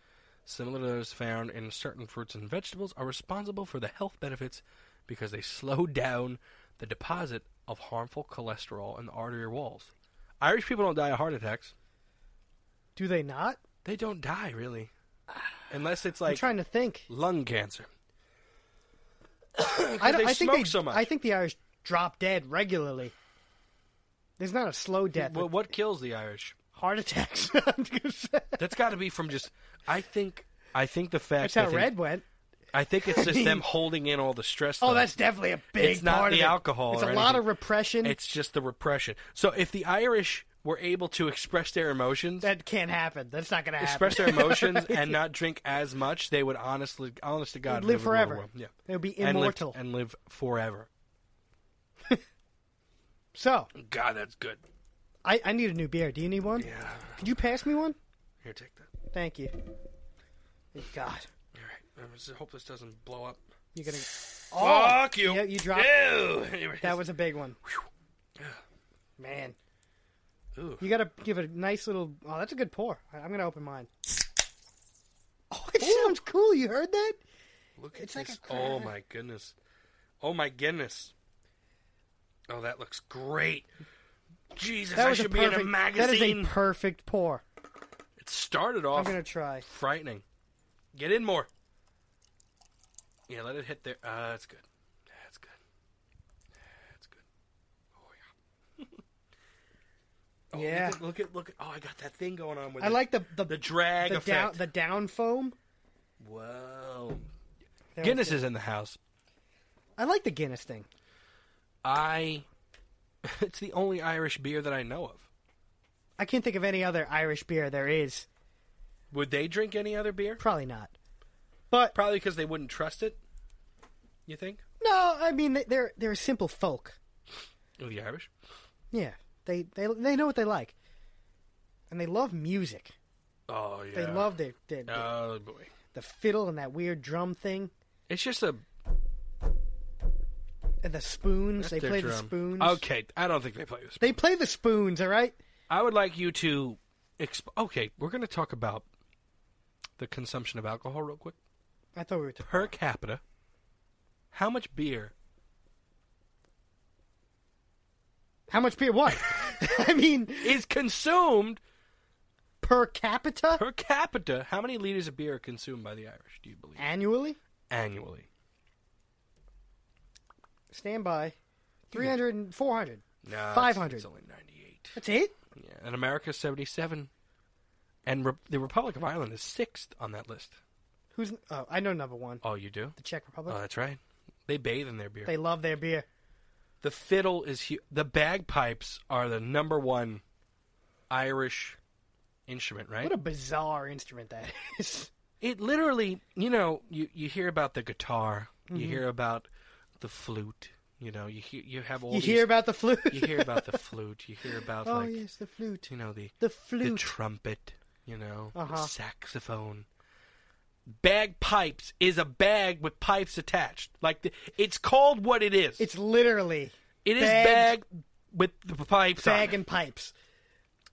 S2: similar to those found in certain fruits and vegetables, are responsible for the health benefits because they slow down the deposit of harmful cholesterol in the artery walls. Irish people don't die of heart attacks.
S1: Do they not?
S2: They don't die really, unless it's
S1: I'm
S2: like
S1: trying to think.
S2: lung cancer.
S1: I,
S2: they
S1: I think
S2: smoke
S1: they,
S2: so much.
S1: I think the Irish drop dead regularly. There's not a slow death.
S2: Well,
S1: Well,
S2: what kills the Irish?
S1: heart attacks. I'm just-
S2: That's got to be from just. I think. I think the fact.
S1: that's how
S2: I think,
S1: Red went.
S2: I think it's just them holding in all the stress.
S1: Oh,
S2: though.
S1: that's definitely a big.
S2: It's not
S1: part of
S2: the
S1: it.
S2: alcohol
S1: It's a
S2: or
S1: lot
S2: anything.
S1: of repression.
S2: It's just the repression. So if the Irish were able to express their emotions,
S1: that can't happen. That's not going to happen.
S2: express their emotions, and not drink as much, they would honestly, honest to God,
S1: They'd live
S2: they would rule the
S1: forever.
S2: world. Yeah,
S1: They would be
S2: And live-
S1: immortal.
S2: and live forever.
S1: so
S2: God, that's good.
S1: I, I need a new beer. Do you need one?
S2: Yeah.
S1: Could you pass me one?
S2: Here, take that.
S1: Thank you. Thank God,
S2: All right. I just hope this doesn't blow up.
S1: you're gonna.
S2: Fuck you.
S1: Oh! Yeah, you dropped-
S2: Ew. Here it
S1: That
S2: is.
S1: was a big one. Man,
S2: Ooh.
S1: you got to give it a nice little. Oh, that's a good pour. I- I'm gonna open mine. Oh, it sounds cool. You heard that?
S2: Look
S1: It's
S2: at
S1: like a
S2: this.
S1: crack.
S2: oh my goodness. Oh my goodness. Oh, that looks great. Jesus,
S1: That
S2: I
S1: was
S2: should
S1: a
S2: be
S1: perfect.
S2: in a
S1: That is
S2: magazine. Oh.
S1: a perfect pour.
S2: it started
S1: I'm
S2: off
S1: gonna try.
S2: frightening. Get in more. Yeah, let it hit there. Uh, that's good. That's good. That's good. Oh yeah. Oh,
S1: Yeah.
S2: Look at, look at look at. Oh, I got that thing going on with
S1: I
S2: it.
S1: like the the
S2: the drag
S1: the down
S2: effect.
S1: the down foam.
S2: Whoa.
S1: That was
S2: Guinness
S1: good.
S2: is in the house.
S1: I like the Guinness thing.
S2: I. It's the only Irish beer that I know of.
S1: I can't think of any other Irish beer there is.
S2: Would they drink any other beer?
S1: Probably not. But
S2: Probably because they wouldn't trust it. You think?
S1: no, I mean they- they're they're a simple folk.
S2: Oh, the Irish.
S1: Yeah, they they they know what they like, and they love music.
S2: Oh yeah.
S1: They love the the, the-
S2: Oh boy.
S1: the fiddle and that weird drum thing
S2: It's just a.
S1: and the spoons. they
S2: their
S1: play the
S2: drum.
S1: spoons.
S2: Okay, I don't think they play the spoons.
S1: They play the spoons. All right.
S2: I would like you to. Exp- okay, we're going to talk about the consumption of alcohol real quick
S1: I thought we were. T-
S2: per capita. How much beer?
S1: How much beer? What? I mean,
S2: Is consumed
S1: per capita
S2: per capita. How many liters of beer are consumed by the Irish? Do you believe
S1: annually.
S2: annually?
S1: Stand by. 300 and 400.
S2: No, it's-
S1: 500.
S2: It's only ninety-eight.
S1: That's it?
S2: Yeah, and America's seventy-seven, and Re- the Republic of Ireland is sixth on that list.
S1: Who's Oh, I know number 1.
S2: Oh, you do?
S1: The Czech Republic.
S2: Oh, that's right. They bathe in their beer.
S1: they love their beer.
S2: the fiddle is hu- the bagpipes are the number one Irish instrument, right?
S1: What a bizarre instrument that is.
S2: it literally, you know, you, you hear about the guitar,
S1: Mm-hmm.
S2: you hear about the flute, you know, you hear, you have all
S1: You
S2: these,
S1: hear about the flute?
S2: you hear about the flute, you hear about
S1: oh,
S2: like
S1: yes, the flute.
S2: you know the
S1: The
S2: the
S1: flute.
S2: trumpet, you know,
S1: Uh-huh.
S2: the saxophone. Bagpipes is a bag with pipes attached. Like the, it's called what it is.
S1: it's literally
S2: it is
S1: bag-
S2: bag with the p- pipes on
S1: bag
S2: it.
S1: and pipes.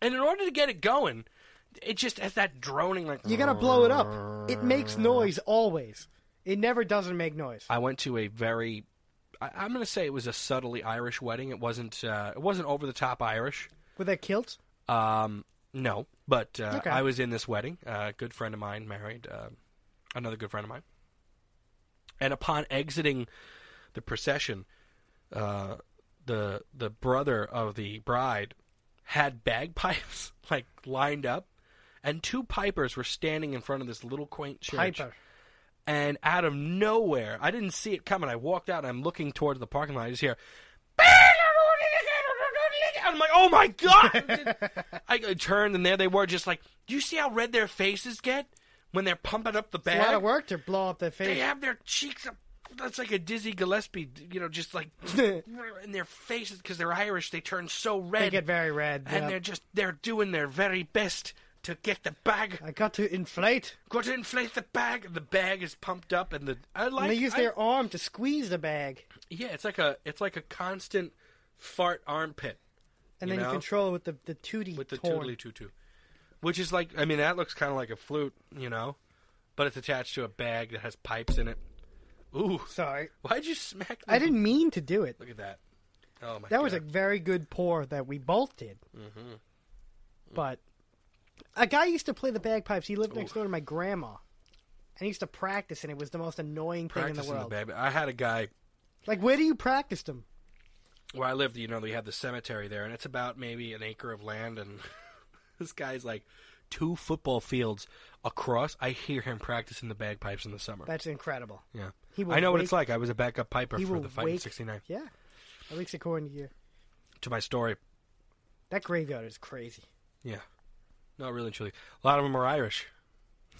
S2: And in order to get it going, it just has that droning like
S1: You gotta blow it up. It makes noise always. It never doesn't make noise.
S2: I went to a very I, I'm gonna say it was a subtly Irish wedding. It wasn't uh, it wasn't over the top Irish.
S1: With their kilts?
S2: Um, no, but uh,
S1: Okay.
S2: I was in this wedding. A good friend of mine married uh, another good friend of mine, and upon exiting the procession, uh, the the brother of the bride had bagpipes like lined up, and two pipers were standing in front of this little quaint church.
S1: Piper.
S2: And out of nowhere, I didn't see it coming. I walked out and I'm looking towards the parking lot. I just hear, I'm like, oh my God. I turned and there they were just like, do you see how red their faces get when they're pumping up the
S1: A lot of
S2: bag?
S1: work to blow up their
S2: They
S1: face.
S2: have their cheeks up. That's like a Dizzy Gillespie, you know, just like in their faces because they're Irish. They turn so red.
S1: They get very red.
S2: and
S1: yeah.
S2: they're just, they're doing their very best to get the bag.
S1: I got to inflate.
S2: Got to inflate the bag. and The bag is pumped up and the, I like
S1: And they use
S2: I-
S1: their arm to squeeze the bag,
S2: Yeah, it's like a it's like a constant fart armpit
S1: and
S2: You
S1: then you
S2: know?
S1: control it with the the tootie
S2: with the
S1: horn.
S2: tootly tutu, which is like I mean that looks kind of like a flute, you know, but it's attached to a bag that has pipes in it. Ooh,
S1: Sorry,
S2: why'd you smack?
S1: I
S2: the-
S1: didn't mean to do it.
S2: Look at that. Oh my.
S1: That was a
S2: God. Mm-hmm.
S1: very good pour that we both did. But A guy used to play the bagpipes. He lived next door to my grandma, and he used to practice, and it was the most annoying thing in the
S2: Practicing the,
S1: world.
S2: baby. I had a guy
S1: like, where do you practice them?
S2: where I lived, you know, they had the cemetery there, and it's about maybe an acre of land, and this guy's like two football fields across. I hear him practicing the bagpipes in the summer.
S1: That's incredible.
S2: yeah,
S1: He will
S2: I know what it's
S1: wake-
S2: like. I was a backup piper
S1: he
S2: for
S1: will
S2: the fight in
S1: wake-
S2: '69.
S1: Yeah, at least according to you,
S2: To my story,
S1: that graveyard is crazy.
S2: yeah, not really, and truly. A lot of them are Irish.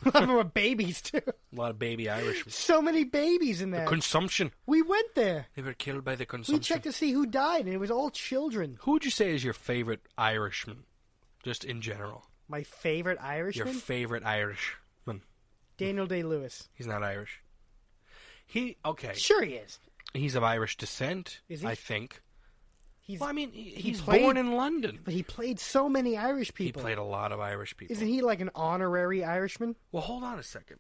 S1: A lot of them were babies too.
S2: A lot of baby Irish.
S1: So many babies in there.
S2: consumption.
S1: we went there.
S2: They were killed by the
S1: We
S2: consumption.
S1: checked to see who died, and it was all children.
S2: Who would you say is your favorite Irishman, just in general?
S1: My favorite Irishman,
S2: Your favorite Irishman.
S1: Daniel Day Lewis.
S2: He's not Irish. He okay.
S1: Sure, he is.
S2: He's of Irish descent.
S1: Is he?
S2: I think.
S1: He's
S2: Well, I mean, he, he's
S1: played-
S2: born in London.
S1: but he played so many Irish
S2: He
S1: people.
S2: played a lot of Irish people.
S1: Isn't he like an honorary Irishman?
S2: Well, hold on a second.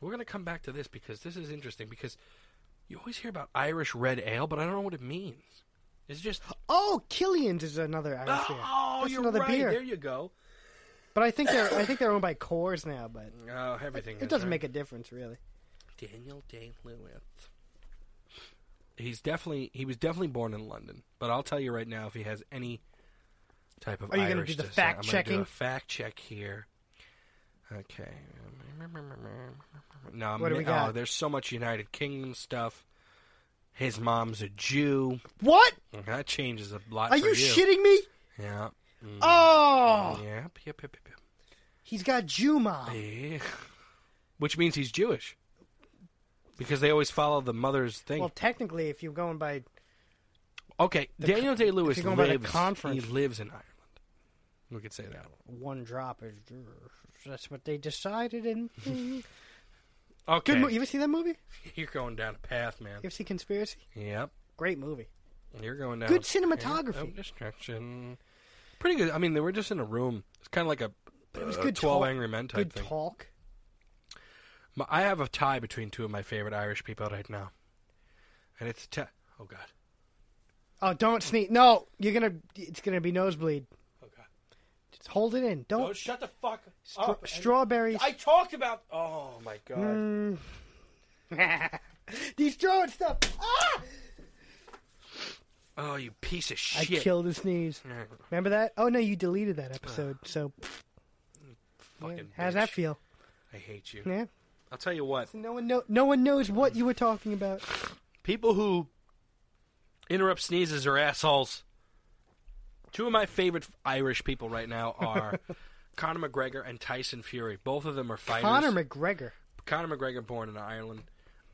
S2: We're gonna come back to this because this is interesting. Because you always hear about Irish red ale, but I don't know what it means. It's just
S1: Oh, Killian's is another Irish beer.
S2: oh,
S1: That's
S2: you're
S1: another
S2: right.
S1: beer.
S2: There you go.
S1: But I think they're I think they're owned by Coors now. But
S2: Oh, everything.
S1: it doesn't make a difference really.
S2: Daniel Day Lewis. He's definitely he was definitely born in London, but I'll tell you right now if he has any type of
S1: Are you gonna
S2: Irish
S1: do the
S2: descent.
S1: fact
S2: I'm gonna do a
S1: checking?
S2: fact check here. Okay. No, I'm,
S1: What do we
S2: oh,
S1: got?
S2: there's so much United Kingdom stuff. His mom's a Jew.
S1: What?
S2: That changes a lot.
S1: Are
S2: for
S1: you, shitting me?
S2: Yeah. Mm.
S1: Oh,
S2: Yep, yep, yep, yep,
S1: he's got Jew
S2: yep.
S1: mom.
S2: Yeah. Which means he's Jewish. Because they always follow the mother's thing.
S1: Well, technically, if you're going by
S2: Okay, Daniel Day Lewis
S1: if you're going by the
S2: lives.
S1: conference-
S2: He lives in Ireland. We could say that.
S1: one drop, is that's what they decided. And good
S2: Okay,
S1: movie. You ever see that movie? You
S2: you're going down a path, man.
S1: ever see Conspiracy?
S2: Yep,
S1: Great movie.
S2: you're going down.
S1: Good
S2: a-
S1: cinematography.
S2: Oh, distraction. Pretty good. I mean, they were just in a room. It's kind of like a
S1: But it was
S2: uh,
S1: good.
S2: Twelve
S1: talk.
S2: Angry Men type
S1: Good
S2: thing.
S1: talk.
S2: My- I have a tie between two of my favorite Irish people right now, and it's ta- oh god,
S1: Oh, don't sneeze. No, you're gonna. It's gonna be nosebleed.
S2: oh god.
S1: Just hold it in. Don't.
S2: Oh, shut the fuck
S1: Stra-
S2: up.
S1: strawberries.
S2: I talked about. Oh my god.
S1: He's throwing stuff. Ah!
S2: Oh, you piece of
S1: I
S2: shit.
S1: killed his sneeze. Remember that? Oh no, you deleted that episode. So
S2: Ah, Fucking
S1: how's
S2: bitch.
S1: that feel?
S2: I hate you.
S1: Yeah.
S2: I'll tell you what.
S1: No one know. No one knows what you were talking about.
S2: people who interrupt sneezes are assholes. Two of my favorite Irish people right now are Conor McGregor and Tyson Fury. Both of them are fighters.
S1: Conor McGregor.
S2: Conor McGregor, born in Ireland,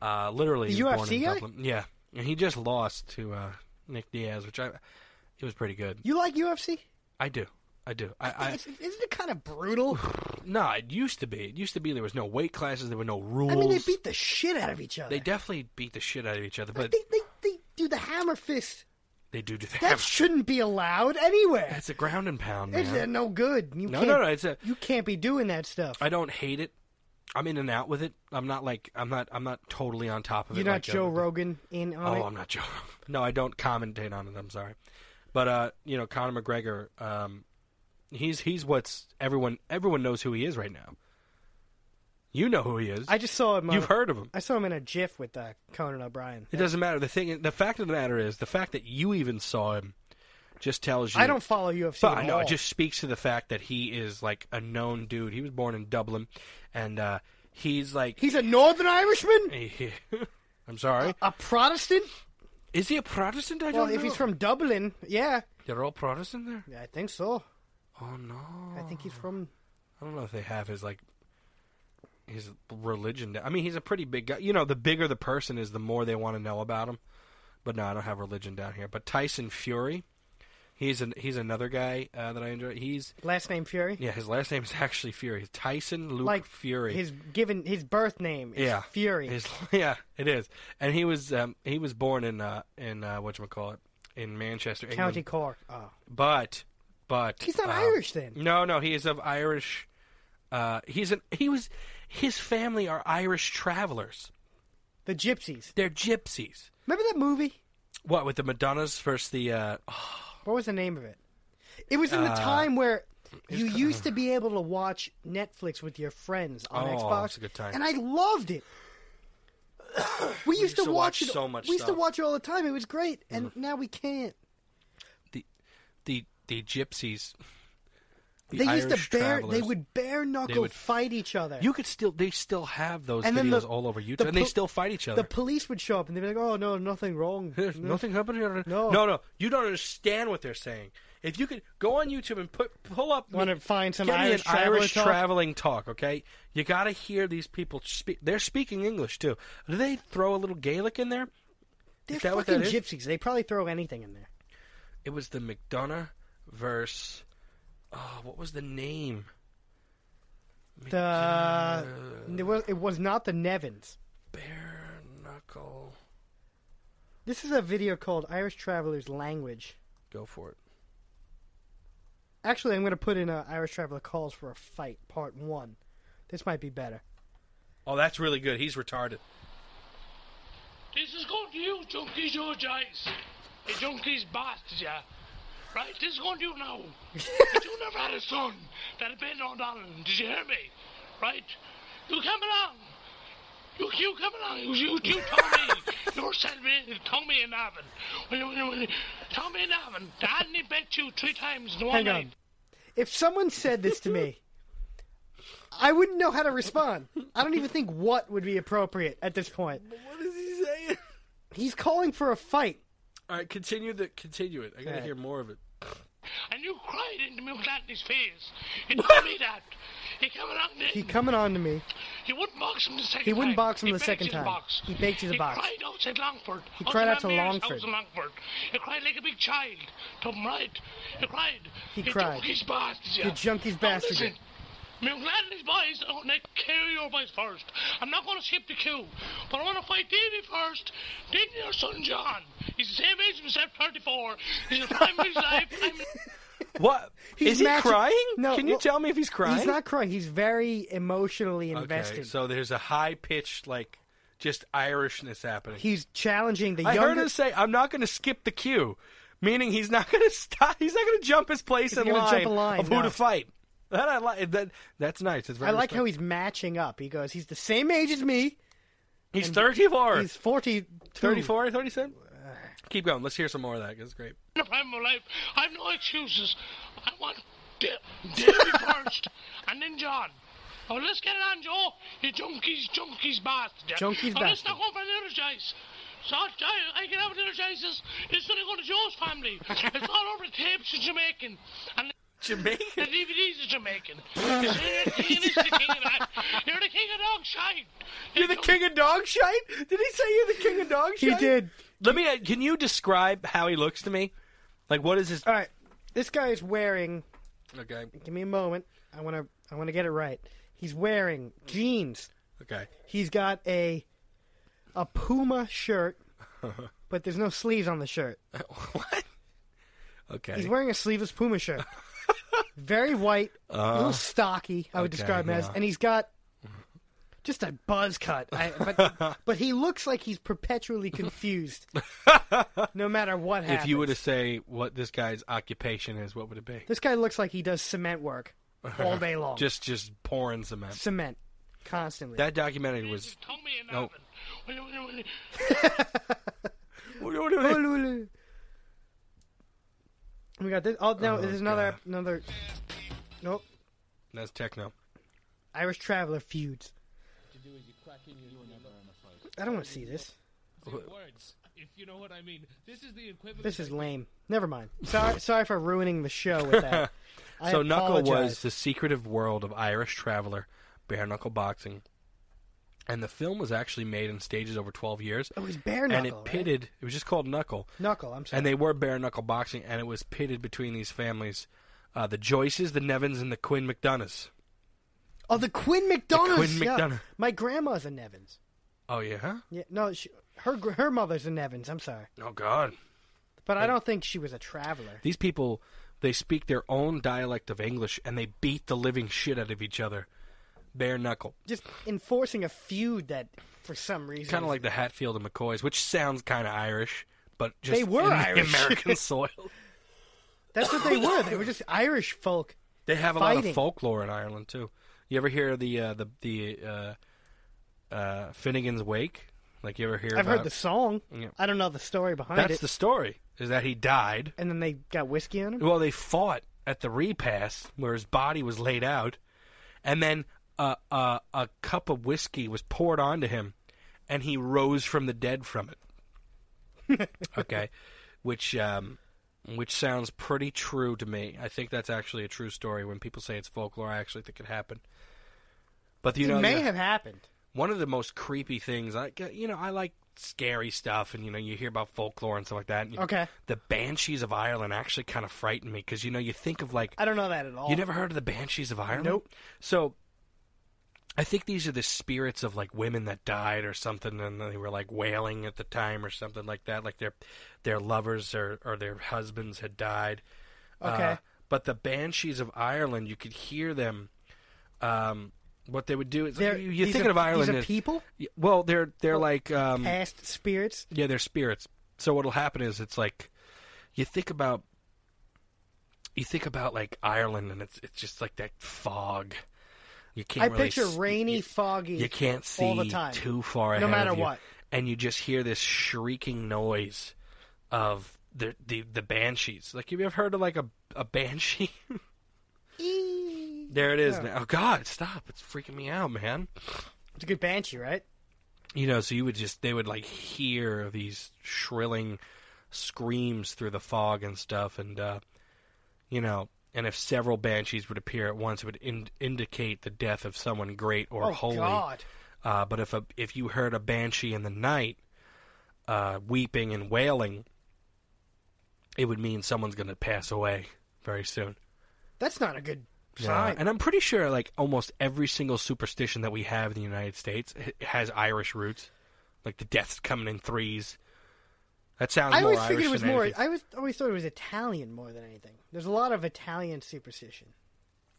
S2: uh, literally
S1: The
S2: born
S1: UFC
S2: in
S1: guy?
S2: Dublin. Yeah, and he just lost to uh, Nick Diaz, which I it was pretty good.
S1: You like UFC?
S2: I do, I do. I, I
S1: It's- isn't it kind of brutal?
S2: no, it used to be. It used to be there was no weight classes, there were no rules.
S1: I mean, they beat the shit out of each other.
S2: They definitely beat the shit out of each other, but
S1: They, they, they do the hammer fist.
S2: they do do
S1: That
S2: that.
S1: shouldn't be allowed anywhere.
S2: It's a ground and pound. Man.
S1: It's uh, no good. You
S2: no,
S1: can't,
S2: no, no. It's a
S1: You can't be doing that stuff.
S2: I don't hate it. I'm in and out with it. I'm not like I'm not I'm not totally on top of
S1: You're
S2: it.
S1: not
S2: like
S1: Joe
S2: other-
S1: Rogan in on
S2: Oh,
S1: it.
S2: I'm not Joe. No, I don't commentate on it. I'm sorry, but uh, you know Conor McGregor, um, he's he's what's everyone everyone knows who he is right now. You know who he is.
S1: I just uh, saw him. On,
S2: You've heard of him.
S1: I saw him in a GIF with uh, Conan O'Brien.
S2: It doesn't matter. The thing, the fact of the matter is, the fact that you even saw him just tells you.
S1: I don't follow UFC.
S2: But I
S1: at
S2: know
S1: all.
S2: it just speaks to the fact that he is like a known dude. He was born in Dublin, and uh, he's like
S1: he's a Northern Irishman,
S2: I'm sorry.
S1: a Protestant.
S2: Is he a Protestant? I
S1: Well,
S2: don't know.
S1: if he's from Dublin, yeah,
S2: They're all Protestant there?
S1: yeah I think so.
S2: Oh, no.
S1: I think he's from.
S2: I don't know if they have his, like, his religion. down. I mean, he's a pretty big guy. You know, the bigger the person is, the more they want to know about him. But no, I don't have religion down here. But Tyson Fury, he's an, he's another guy uh, that I enjoy. He's,
S1: Last name Fury.
S2: yeah, his last name is actually Fury. Tyson Luke
S1: Like
S2: Fury.
S1: His given his birth name is
S2: yeah,
S1: Fury.
S2: His- yeah, it is. And he was um, he was born in uh, in uh, what call it in Manchester, England.
S1: County Cork. Oh.
S2: But but
S1: He's not
S2: uh,
S1: Irish then.
S2: No, no, he is of Irish. Uh, he's an he was his family are Irish travelers.
S1: The Gypsies.
S2: They're gypsies.
S1: Remember that movie?
S2: What with the Madonnas versus the uh,
S1: What was the name of it? It was in the time where you used to be able to watch Netflix with your friends on
S2: Oh,
S1: Xbox.
S2: it's a good time.
S1: And I loved it. we used,
S2: used to watch
S1: it
S2: so much
S1: We used
S2: stuff. Mm.
S1: to watch it all the time. It was great, and now we can't.
S2: the the the gypsies. the
S1: They used
S2: Irish
S1: to bare they
S2: travelers.
S1: would bare knuckle
S2: would-
S1: fight each other.
S2: You could still they still have those
S1: And then
S2: videos
S1: the-
S2: all over YouTube,
S1: the
S2: and they
S1: pol-
S2: still fight each
S1: the
S2: other.
S1: police would show up and they'd be like, "Oh no, nothing wrong."
S2: There's nothing happening. here.
S1: No.
S2: no, no. You don't understand what they're saying. If you could go on YouTube and put pull up,
S1: Want to find some
S2: get me
S1: Irish,
S2: an Irish
S1: traveler talk?
S2: traveling talk. Okay, you got to hear these people speak. They're speaking English too. Do they throw a little Gaelic in there?
S1: They're
S2: Is that what
S1: fucking
S2: that is?
S1: gypsies. They probably throw anything in there.
S2: It was the McDonough verse. Oh, what was the name?
S1: The it was, it was not the Nevins.
S2: Bare knuckle.
S1: This is a video called Irish Traveler's Language.
S2: Go for it.
S1: Actually, I'm going to put in uh, Irish Traveler Calls for a Fight, Part 1. This might be better.
S2: Oh, that's really good. He's retarded.
S3: This is going to you, Junkies, your giants. The Junkies bastards, yeah. Right, this is going to you now. But you never had a son that had been on Ireland, did you hear me? Right? You come along. You, you come along. You, you, you tell me. You're me, Tommy and Avon. When, you- when, you- when, you- Tommy and Avon, they hadn't bet you three times in one
S1: Hang
S3: night.
S1: on. If someone said this to me, I wouldn't know how to respond. I don't even think what would be appropriate at this point.
S2: What is he saying?
S1: He's calling for a fight.
S2: All right, continue the continue it. I gotta
S1: Alright.
S2: hear more of it.
S3: And you cried into me with that in his face. You told me that. He came along there.
S1: He coming on to me.
S3: He wouldn't box him the second time.
S1: He wouldn't box him the
S3: baked
S1: second
S3: his
S1: time.
S3: Box.
S1: He baked his
S3: he
S1: box.
S3: cried outside Longford. He
S1: cried out to Longford.
S3: Longford. He cried like a big child. To him right. He cried.
S1: He
S3: You
S1: cried.
S3: Junkies bastards.
S1: You
S3: Yeah.
S1: junkies
S3: Now
S1: bastards.
S3: listen, Me glad these boys are going to carry your boys first. I'm not going to skip the queue, but I want to fight Davy first. Then your son John. He's the same age as himself, 34. He's in the prime of his life. I'm
S2: What is
S1: He's
S2: he
S1: matching-
S2: crying?
S1: No,
S2: Can you
S1: well,
S2: tell me if he's crying?
S1: He's not crying. He's very emotionally invested.
S2: Okay, so there's a high pitched like just Irishness happening.
S1: He's challenging the
S2: I heard
S1: younger.
S2: him say, "I'm not gonna skip the queue," meaning he's not gonna stop. He's not gonna jump his place in
S1: gonna
S2: line,
S1: jump a line,
S2: of who
S1: no.
S2: to fight. That I like. That that's nice. It's very
S1: I like how
S2: respectful.
S1: he's matching up. He goes, he's the same age as me.
S2: he's 34,
S1: He's 40.
S2: 34, 37. Keep going. Let's hear some more of that. 'cause It's great.
S3: in the prime of life. I have no excuses. I want Da- Davy first, and then John. Oh, let's get it on, Joe. You junkies, junkies bastard. yeah.
S1: Junkies
S3: oh, Let's
S1: bastard.
S3: not go for the energize. So I, I can have an energizes. It's going to go to Joe's family. it's all over the tapes in Jamaican. And the
S2: Jamaican.
S3: DVDs are Jamaican. You're the king of that. You're the king of dog shite.
S2: You're the king of dog shite. Did he say you're the king of dog
S1: He
S2: shite?
S1: did.
S2: Let me. uh, Can you describe how he looks to me? Like, what is his?
S1: All right. This guy is wearing.
S2: Okay.
S1: Give me a moment. I want to. I want to get it right. He's wearing jeans.
S2: Okay.
S1: He's got a a Puma shirt, but there's no sleeves on the shirt.
S2: what? Okay.
S1: He's wearing a sleeveless Puma shirt. Very white, a little stocky. I
S2: Uh.
S1: would
S2: okay,
S1: describe him as,
S2: yeah.
S1: and he's got just a buzz cut. I, but but he looks like he's perpetually confused, no matter what happens.
S2: if you were to say what this guy's occupation is, what would it be?
S1: This guy looks like he does cement work all day long.
S2: Just, just pouring cement.
S1: cement constantly.
S2: That documentary was.
S3: Tommy and
S2: No.
S3: Alvin. When you- when you- when you-
S1: we got this. Oh no, there's another
S2: God.
S1: another. Nope.
S2: That's techno.
S1: Irish Traveler feuds. I don't want to see this.
S4: words, if you know what I mean. This is the equivalent.
S1: This is lame. Never mind. Sorry, sorry for ruining the show with that. I
S2: so Knuckle was
S1: apologize.
S2: the secretive world of Irish traveler, bare knuckle boxing, and the film was actually made in stages over twelve years,
S1: It was Oh, bare
S2: and
S1: knuckle.
S2: it
S1: right?
S2: pitted. It was just called Knuckle,
S1: knuckle. I'm sorry.
S2: and they were bare knuckle boxing, and it was pitted between these families, uh, the Joyces, the Nevins, and the Quinn McDonoughs.
S1: oh, the Quinn McDonough's.
S2: Quinn
S1: yeah.
S2: McDonough.
S1: My grandma's a Nevins.
S2: Oh yeah. huh?
S1: Yeah, no, she, her gr- her mother's a Nevins. I'm sorry,
S2: Oh God.
S1: but I don't think she was a traveler.
S2: These people, they speak their own dialect of English, and they beat the living shit out of each other, bare knuckle.
S1: Just enforcing a feud that, for some reason,
S2: Kind of
S1: is-
S2: like the Hatfield and McCoys, which sounds kind of Irish, but just
S1: They were
S2: in the
S1: Irish.
S2: American soil.
S1: that's what they were. They were just Irish folk
S2: They have a lot
S1: Fighting.
S2: of folklore in Ireland too. You ever hear the uh, the the uh, uh, Finnegan's Wake? Like you ever hear?
S1: I've
S2: about,
S1: heard the song.
S2: Yeah.
S1: I don't know the story behind
S2: That's
S1: it.
S2: the story. Is that he died?
S1: and then they got whiskey on him.
S2: Well, they fought at the repast where his body was laid out, and then a a, a cup of whiskey was poured onto him, and he rose from the dead from it. okay, which um, which sounds pretty true to me. I think that's actually a true story. When people say it's folklore, I actually think it happened. But you
S1: it
S2: know,
S1: may
S2: yeah,
S1: have happened.
S2: one of the most creepy things. I you know I like scary stuff, and you know you hear about folklore and stuff like that. and you-
S1: Okay.
S2: the banshees of Ireland actually kind of frightened me because you know you think of like
S1: I don't know that at all.
S2: you never heard of the banshees of Ireland.
S1: Nope.
S2: So I think these are the spirits of like women that died or something, and they were like wailing at the time or something like that. Like their their lovers or or their husbands had died.
S1: Okay.
S2: Uh, but the banshees of Ireland, you could hear them. Um, what they would do is
S1: They're-
S2: you- you're
S1: these
S2: thinking
S1: are-
S2: of Ireland
S1: These are
S2: as
S1: people,
S2: y- well, they're they're like um,
S1: past spirits.
S2: yeah, they're spirits. So what'll happen is it's like you think about you think about like Ireland and it's it's just like that fog. You can't
S1: I
S2: really
S1: picture
S2: s-
S1: rainy,
S2: you,
S1: foggy.
S2: you can't see
S1: all the time.
S2: too far ahead.
S1: No matter
S2: of you.
S1: what.
S2: And you just hear this shrieking noise of the the, the banshees. Like have you ever heard of like a a banshee?
S1: Eee.
S2: there it is
S1: Yeah.
S2: now. Oh god, stop. It's freaking me out, man.
S1: It's a good banshee, right?
S2: you know so you would just they would like hear these shrilling screams through the fog and stuff and uh you know and if several banshees would appear at once it would in- indicate the death of someone great or
S1: oh
S2: holy
S1: God!
S2: uh but if a if you heard a banshee in the night uh weeping and wailing it would mean someone's going to pass away very soon
S1: That's not a good
S2: yeah,
S1: sign.
S2: and I'm pretty sure like almost every single superstition that we have in the United States h- has Irish roots, like the deaths coming in threes. That sounds
S1: I
S2: more
S1: always
S2: Irish
S1: figured it was
S2: than
S1: more.
S2: anything.
S1: I was always thought it was Italian more than anything. There's a lot of Italian superstition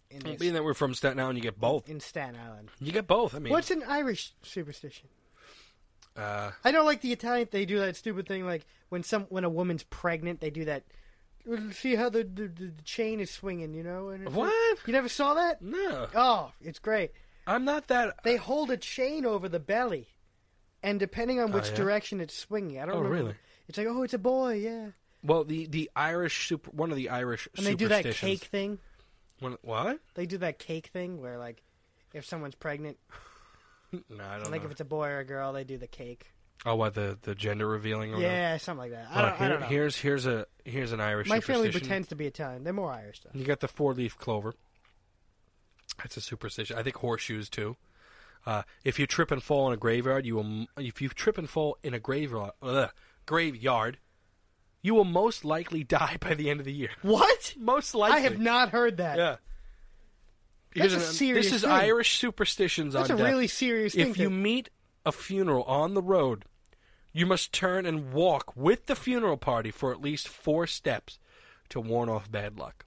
S1: in this,
S2: Being that we're from Staten Island, you get both.
S1: in Staten Island.
S2: You get both. I mean,
S1: What's an Irish superstition?
S2: uh,
S1: I know, like the Italian, they do that stupid thing, like when some when a woman's pregnant, they do that. See how the the, the chain is swinging, you know? And it's like-
S2: What?
S1: you never saw that?
S2: no,
S1: Oh, it's great.
S2: I'm not that.
S1: They hold a chain over the belly, and depending on which
S2: Oh, yeah?
S1: direction it's swinging, I don't
S2: Oh,
S1: remember.
S2: really?
S1: It's like, oh, it's a boy, yeah.
S2: Well, the the Irish super one of the Irish
S1: And they do that
S2: superstitions-
S1: cake thing.
S2: One- what?
S1: They do that cake thing where, like, if someone's pregnant,
S2: No, I don't
S1: like
S2: know.
S1: if it's a boy or a girl, they do the cake.
S2: oh, what the the gender revealing? Or whatever?
S1: Yeah, something like that. I
S2: Well,
S1: don't, I
S2: here-
S1: don't know.
S2: Here's here's a here's an Irish.
S1: My family
S2: superstition.
S1: pretends to be Italian. They're more Irish, though.
S2: You got the four leaf clover. That's a superstition. I think horseshoes too. Uh, if you trip and fall in a graveyard, you will. m- If you trip and fall in a graveyard, ugh, graveyard, you will most likely die by the end of the year.
S1: What?
S2: Most likely.
S1: I have not heard that.
S2: Yeah.
S1: That's
S2: Here's
S1: a serious
S2: This is
S1: thing.
S2: Irish superstitions
S1: That's
S2: on
S1: a
S2: death.
S1: really serious thing.
S2: If you
S1: to-
S2: meet a funeral on the road, you must turn and walk with the funeral party for at least four steps to warn off bad luck.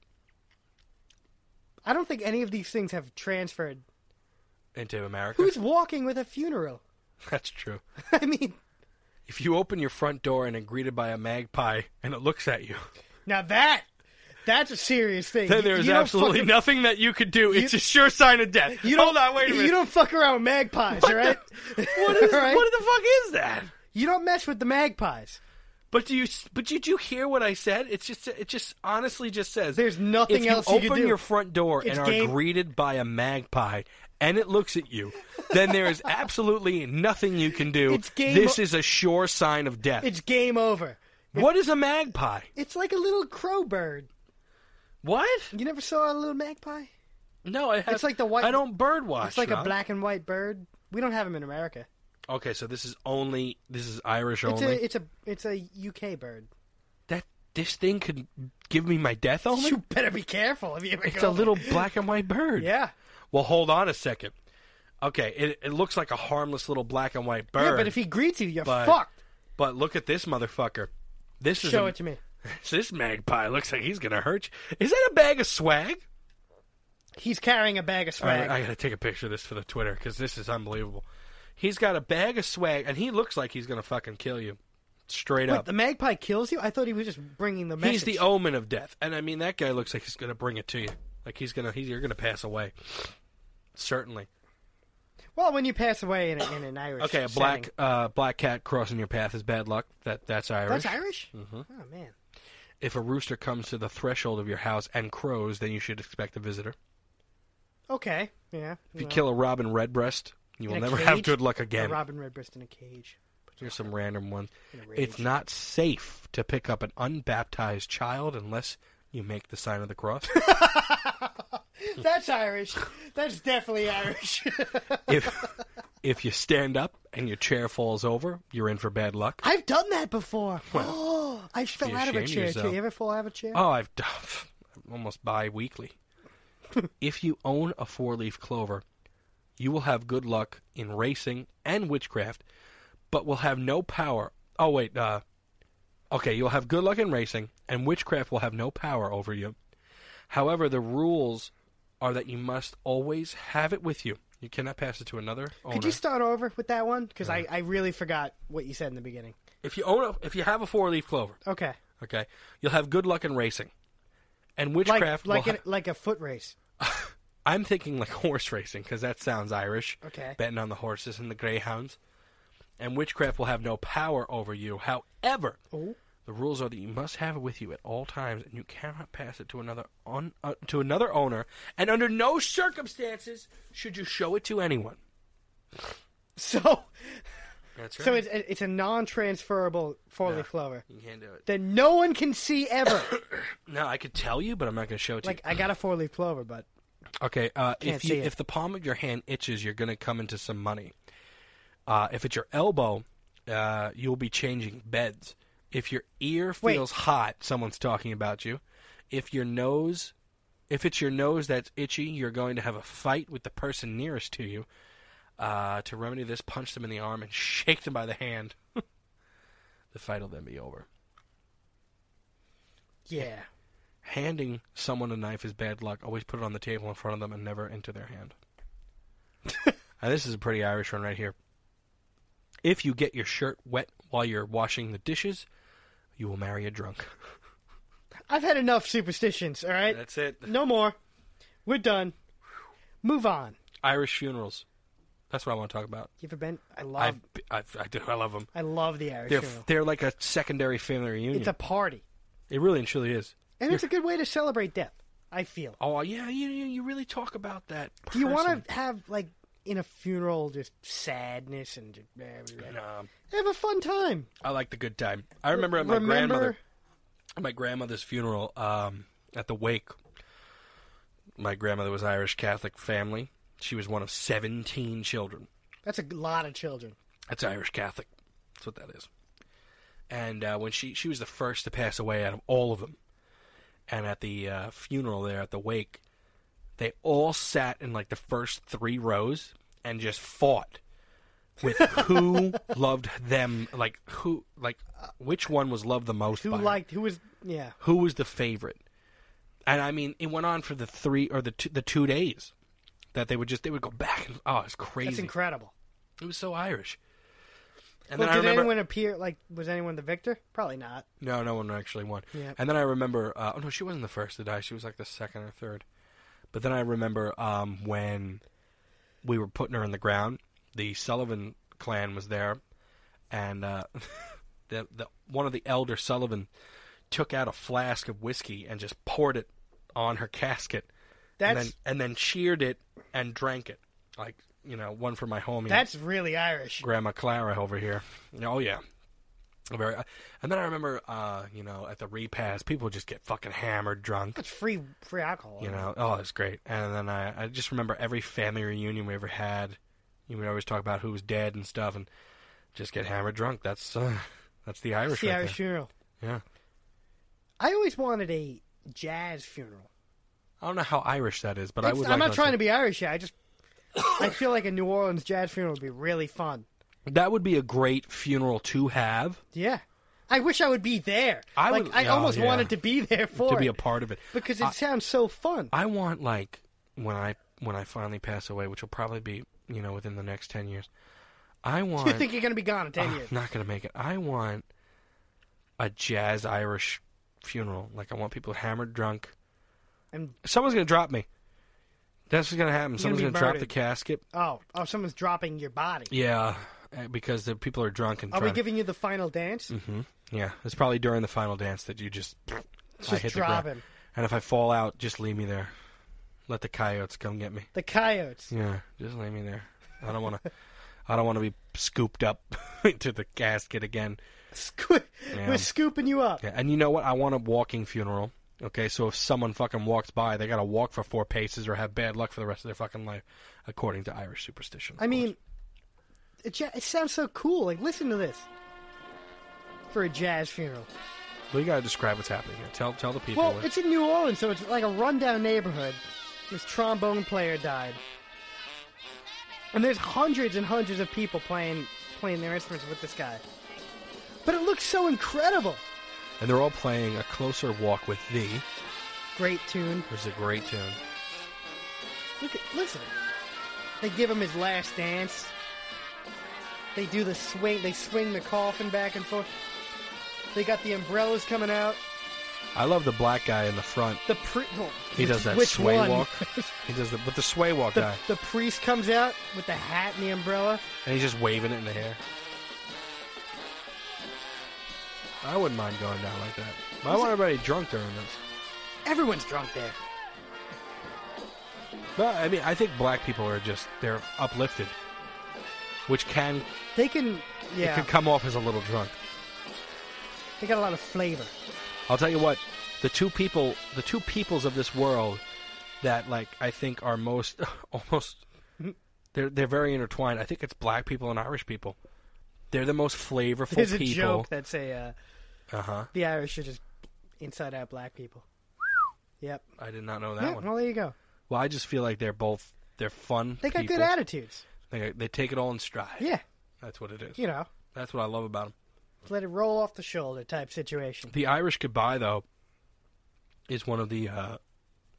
S1: I don't think any of these things have transferred.
S2: Into America.
S1: Who's walking with a funeral?
S2: That's true.
S1: I mean,
S2: If you open your front door and are greeted by a magpie and it looks at you,
S1: now that that's a serious thing.
S2: then
S1: You-
S2: there is
S1: you don't
S2: absolutely
S1: fucking-
S2: nothing that you could do. It's a sure sign of death.
S1: You
S2: Hold
S1: don't,
S2: on, wait a minute.
S1: You don't fuck around with magpies, all right?
S2: what, is,
S1: All right?
S2: what the fuck is that?
S1: You don't mess with the magpies.
S2: But do you? But did you hear what I said? It's just. It just honestly just says
S1: There's nothing
S2: if you
S1: else you
S2: open
S1: could do.
S2: your front door
S1: It's
S2: and are
S1: game-
S2: greeted by a magpie and it looks at you, then there is absolutely nothing you can do.
S1: It's game
S2: this
S1: o-
S2: is a sure sign of death.
S1: It's game over.
S2: what is a magpie?
S1: It's like a little crow bird.
S2: What?
S1: You never saw a little magpie?
S2: No, I have,
S1: It's like the white-
S2: I don't birdwatch.
S1: It's like a
S2: Rob.
S1: black and white bird. We don't have them in America.
S2: Okay, so this is only this is Irish
S1: It's
S2: only.
S1: a it's a it's a UK bird.
S2: that this thing could give me my death only.
S1: You better be careful if you ever
S2: It's a
S1: go
S2: little black and white bird.
S1: Yeah.
S2: Well, hold on a second. Okay, it, it looks like a harmless little black and white bird.
S1: Yeah, but if he greets you, you're
S2: But-
S1: fucked.
S2: But look at this motherfucker. This is
S1: Show
S2: a-
S1: it to me.
S2: this magpie looks like he's gonna hurt you. Is that a bag of swag?
S1: He's carrying a bag of
S2: All right,
S1: swag.
S2: I gotta take a picture of this for the Twitter because this is unbelievable. He's got a bag of swag, and he looks like he's gonna fucking kill you, straight
S1: Wait,
S2: up.
S1: the magpie kills you? I thought he was just bringing the message.
S2: He's the omen of death, and I mean that guy looks like he's gonna bring it to you. Like he's gonna, he's, you're gonna pass away. Certainly.
S1: Well, when you pass away in, a, in an Irish
S2: Okay, a
S1: setting.
S2: black uh, black cat crossing your path is bad luck. That that's Irish. Mm-hmm.
S1: That's Irish. Oh man.
S2: if a rooster comes to the threshold of your house and crows, then you should expect a visitor.
S1: Okay. Yeah.
S2: If you kill a robin redbreast, you will
S1: In a
S2: never have
S1: cage?
S2: good luck
S1: a
S2: again.
S1: Robin Redbreast in a cage.
S2: Here's some random ones.
S1: In a rage.
S2: It's not safe to pick up an unbaptized child unless you make the sign of the cross.
S1: That's Irish. That's definitely Irish.
S2: if if you stand up and your chair falls over, you're in for bad luck.
S1: I've done that before. Oh, I fell
S2: be
S1: out of a
S2: ashamed of
S1: chair too.
S2: yourself.
S1: You ever fall out of a chair?
S2: Oh, I've done almost bi-weekly. if you own a four-leaf clover, you will have good luck in racing and witchcraft, but will have no power. Oh wait, uh, okay, you'll have good luck in racing and witchcraft will have no power over you. However, the rules are that you must always have it with you. You cannot pass it to another owner.
S1: Could you start over with that one? Because
S2: Uh-huh.
S1: I, I really forgot what you said in the beginning.
S2: if you own, a, if you have a four-leaf clover,
S1: Okay.
S2: okay, you'll have good luck in racing, and
S1: Like
S2: witchcraft. will
S1: like
S2: ha-
S1: an, like a foot race.
S2: I'm thinking like horse racing because that sounds Irish.
S1: Okay.
S2: Betting on the horses and the greyhounds. And witchcraft will have no power over you. However,
S1: Oh.
S2: the rules are that you must have it with you at all times, and you cannot pass it to another on uh, to another owner. And under no circumstances should you show it to anyone.
S1: So
S2: That's
S1: so it's it's a non-transferable four-leaf
S2: Yeah.
S1: clover
S2: you can't do it.
S1: that no one can see ever.
S2: No, I could tell you, but I'm not going to show it to
S1: like I got a four-leaf clover, but
S2: you. Okay. Uh,
S1: Can't
S2: if you
S1: see it.
S2: if the palm of your hand itches, you're going to come into some money. Uh, if it's your elbow, uh, you'll be changing beds. If your ear
S1: Wait.
S2: feels hot, someone's talking about you. If your nose, if it's your nose that's itchy, you're going to have a fight with the person nearest to you. Uh, to remedy this, punch them in the arm and shake them by the hand. the fight will then be over.
S1: yeah.
S2: Handing someone a knife is bad luck. Always put it on the table in front of them and never into their hand. Now, this is a pretty Irish one right here. If you get your shirt wet while you're washing the dishes, you will marry a drunk.
S1: I've had enough superstitions, all right?
S2: That's it.
S1: No more. We're done. Move on.
S2: Irish funerals. That's what I want to talk about.
S1: You ever been? I love.
S2: I've, I've, I do. I love them.
S1: I love the Um, Irish
S2: They're
S1: funeral.
S2: they're like a secondary family reunion.
S1: It's a party,
S2: it really and truly is.
S1: and it's a good way to celebrate death. I feel.
S2: Oh yeah, you you you really talk about that.
S1: Do you
S2: person.
S1: want to have like in a funeral just sadness and just, eh,
S2: No,
S1: have a fun time?
S2: I like the good time. I remember at my
S1: Remember
S2: grandmother. at my grandmother's funeral um, at the wake. My grandmother was Irish Catholic family. She was one of 17 children.
S1: that's a lot of children.
S2: That's Irish Catholic. That's what that is. And uh, when she she was the first to pass away out of all of them, and at the uh, funeral there at the wake, they all sat in like the first three rows and just fought with who loved them, like who, like which one was loved the most.
S1: Who
S2: by her
S1: liked? Who was? Yeah.
S2: who was the favorite and i mean it went on for the three or the two, the two days that they would just they would go back and oh it's
S1: That's
S2: crazy
S1: incredible.
S2: it was so irish and
S1: Well,
S2: then
S1: did
S2: i remember
S1: anyone appear? Like, was anyone the victor? Probably not.
S2: no no one actually won
S1: Yeah.
S2: and then i remember uh, oh no she wasn't the first to die she was like the second or third but then i remember um, when we were putting her in the ground the sullivan clan was there and uh, the, the one of the elder sullivan took out a flask of whiskey and just poured it on her casket
S1: That's
S2: and then and then cheered it and drank it. Like you know, one for my homie,
S1: that's really Irish.
S2: Grandma Clara over here. Oh yeah, very. And then I remember, uh, you know, at the repast, people just get fucking hammered, drunk.
S1: That's free free alcohol.
S2: You know, oh, it's great. And then I, I just remember every family reunion we ever had. You know, we always talk about who was dead and stuff, and just get hammered, drunk. That's uh, that's the Irish.
S1: It's the
S2: right
S1: Irish
S2: there.
S1: funeral.
S2: Yeah.
S1: I always wanted a jazz funeral.
S2: I don't know how Irish that is, but I
S1: It's-
S2: would.
S1: I'm
S2: like
S1: not trying to be Irish. Yet. I just I feel like a New Orleans jazz funeral would be really fun.
S2: That would be a great funeral to have.
S1: Yeah, I wish I would be there.
S2: I
S1: like
S2: would-
S1: I
S2: oh,
S1: almost
S2: yeah.
S1: wanted to be there for
S2: to be
S1: it
S2: a part of it
S1: because it
S2: I-
S1: sounds so fun.
S2: I want like when I when I finally pass away, which will probably be you know within the next ten years. I want.
S1: you think you're going to be gone in ten
S2: Ah,
S1: years?
S2: not gonna make it. I want a jazz Irish funeral. Like I want people hammered drunk.
S1: And
S2: Someone's gonna drop me. That's what's gonna happen. Someone's
S1: be
S2: gonna, drop
S1: murdered.
S2: the casket.
S1: oh, oh, someone's dropping your body.
S2: Yeah, uh, because the people are drunk and
S1: Are we
S2: trying. to-
S1: giving you the final dance?
S2: Mm-hmm. yeah, it's probably during the final dance that you just. I
S1: Just
S2: hit
S1: drop
S2: the ground.
S1: him.
S2: And if I fall out, just leave me there. Let the coyotes come get me.
S1: The coyotes.
S2: Yeah, just leave me there. I don't want to. I don't want to be scooped up into the casket again.
S1: Sco-
S2: Yeah.
S1: We're scooping you up.
S2: Yeah, and you know what? I want a walking funeral. Okay, so if someone fucking walks by, they gotta walk for four paces or have bad luck for the rest of their fucking life, according to Irish superstition. of
S1: I mean,
S2: course.
S1: it, ja- it sounds so cool. Like, listen to this for a jazz funeral.
S2: we gotta describe what's happening here. Tell tell the people.
S1: Well,
S2: what-
S1: it's in New Orleans, so it's like a rundown neighborhood. This trombone player died, and there's hundreds and hundreds of people playing playing their instruments with this guy. But it looks so incredible.
S2: and they're all playing a closer walk with thee,
S1: Great tune.
S2: which is a great tune.
S1: Look at listen. They give him his last dance. They do the swing. They swing the coffin back and forth. They got the umbrellas coming out.
S2: I love the black guy in the front.
S1: The pri- well,
S2: He
S1: which-
S2: does that
S1: which
S2: sway
S1: one?
S2: walk. He does the with the sway walk
S1: the,
S2: guy,
S1: the priest comes out with the hat and the umbrella.
S2: and he's just waving it in the hair. I wouldn't mind going down like that. But I want everybody drunk during this.
S1: Everyone's drunk there.
S2: Well, I mean, I think black people are just they're uplifted, which can
S1: They can,
S2: it
S1: yeah,
S2: could come off as a little drunk.
S1: they got a lot of flavor.
S2: I'll tell you what, the two people, the two peoples of this world that like I think are most almost they're they're very intertwined. I think it's black people and Irish people. They're the most flavorful
S1: There's a
S2: people.
S1: joke that's a uh,
S2: Uh huh.
S1: the Irish are just inside out black people. Yep.
S2: I did not know that
S1: Yeah,
S2: one.
S1: well, there you go.
S2: Well, I just feel like they're both they're fun.
S1: They got good
S2: people.
S1: attitudes.
S2: They, they take it all in stride.
S1: Yeah,
S2: that's what it is.
S1: you know,
S2: That's what I love about them.
S1: let it roll off the shoulder type situation.
S2: The Irish goodbye, though, is one of the uh,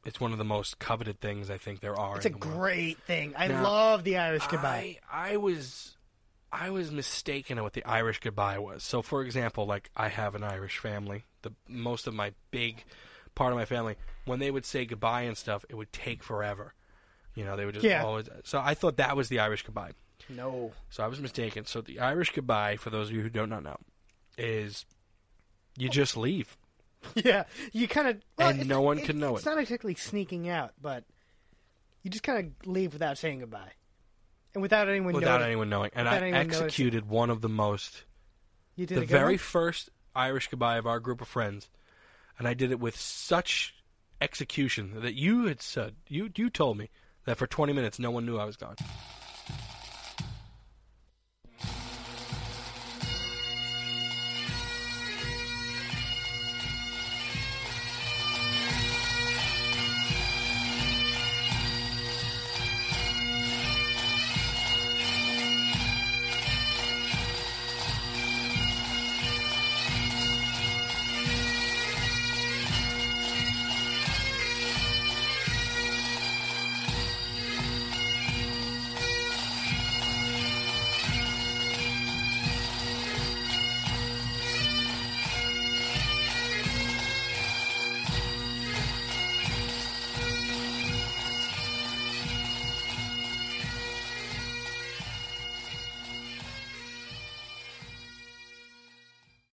S2: it's one of the most coveted things I think there are.
S1: It's a
S2: in the world.
S1: great thing. I
S2: Now,
S1: love the Irish goodbye.
S2: I, I was I was mistaken on what the Irish goodbye was. So, for example, like I have an Irish family. The most of my big part of my family, when they would say goodbye and stuff, it would take forever. You know, they would just
S1: Yeah.
S2: always. So I thought that was the Irish goodbye.
S1: no.
S2: So I was mistaken. So the Irish goodbye, for those of you who do not know, is you just leave.
S1: Yeah, you kind of
S2: And no one can know
S1: It's
S2: it.
S1: not exactly sneaking out, but you just kind of leave without saying goodbye, and without anyone
S2: without
S1: knowing.
S2: anyone knowing. And I
S1: Without anyone noticing.
S2: executed one of the most,
S1: you did
S2: the
S1: a good
S2: very
S1: one?
S2: first Irish goodbye of our group of friends, and I did it with such execution that you had said you you told me that for 20 minutes no one knew I was gone.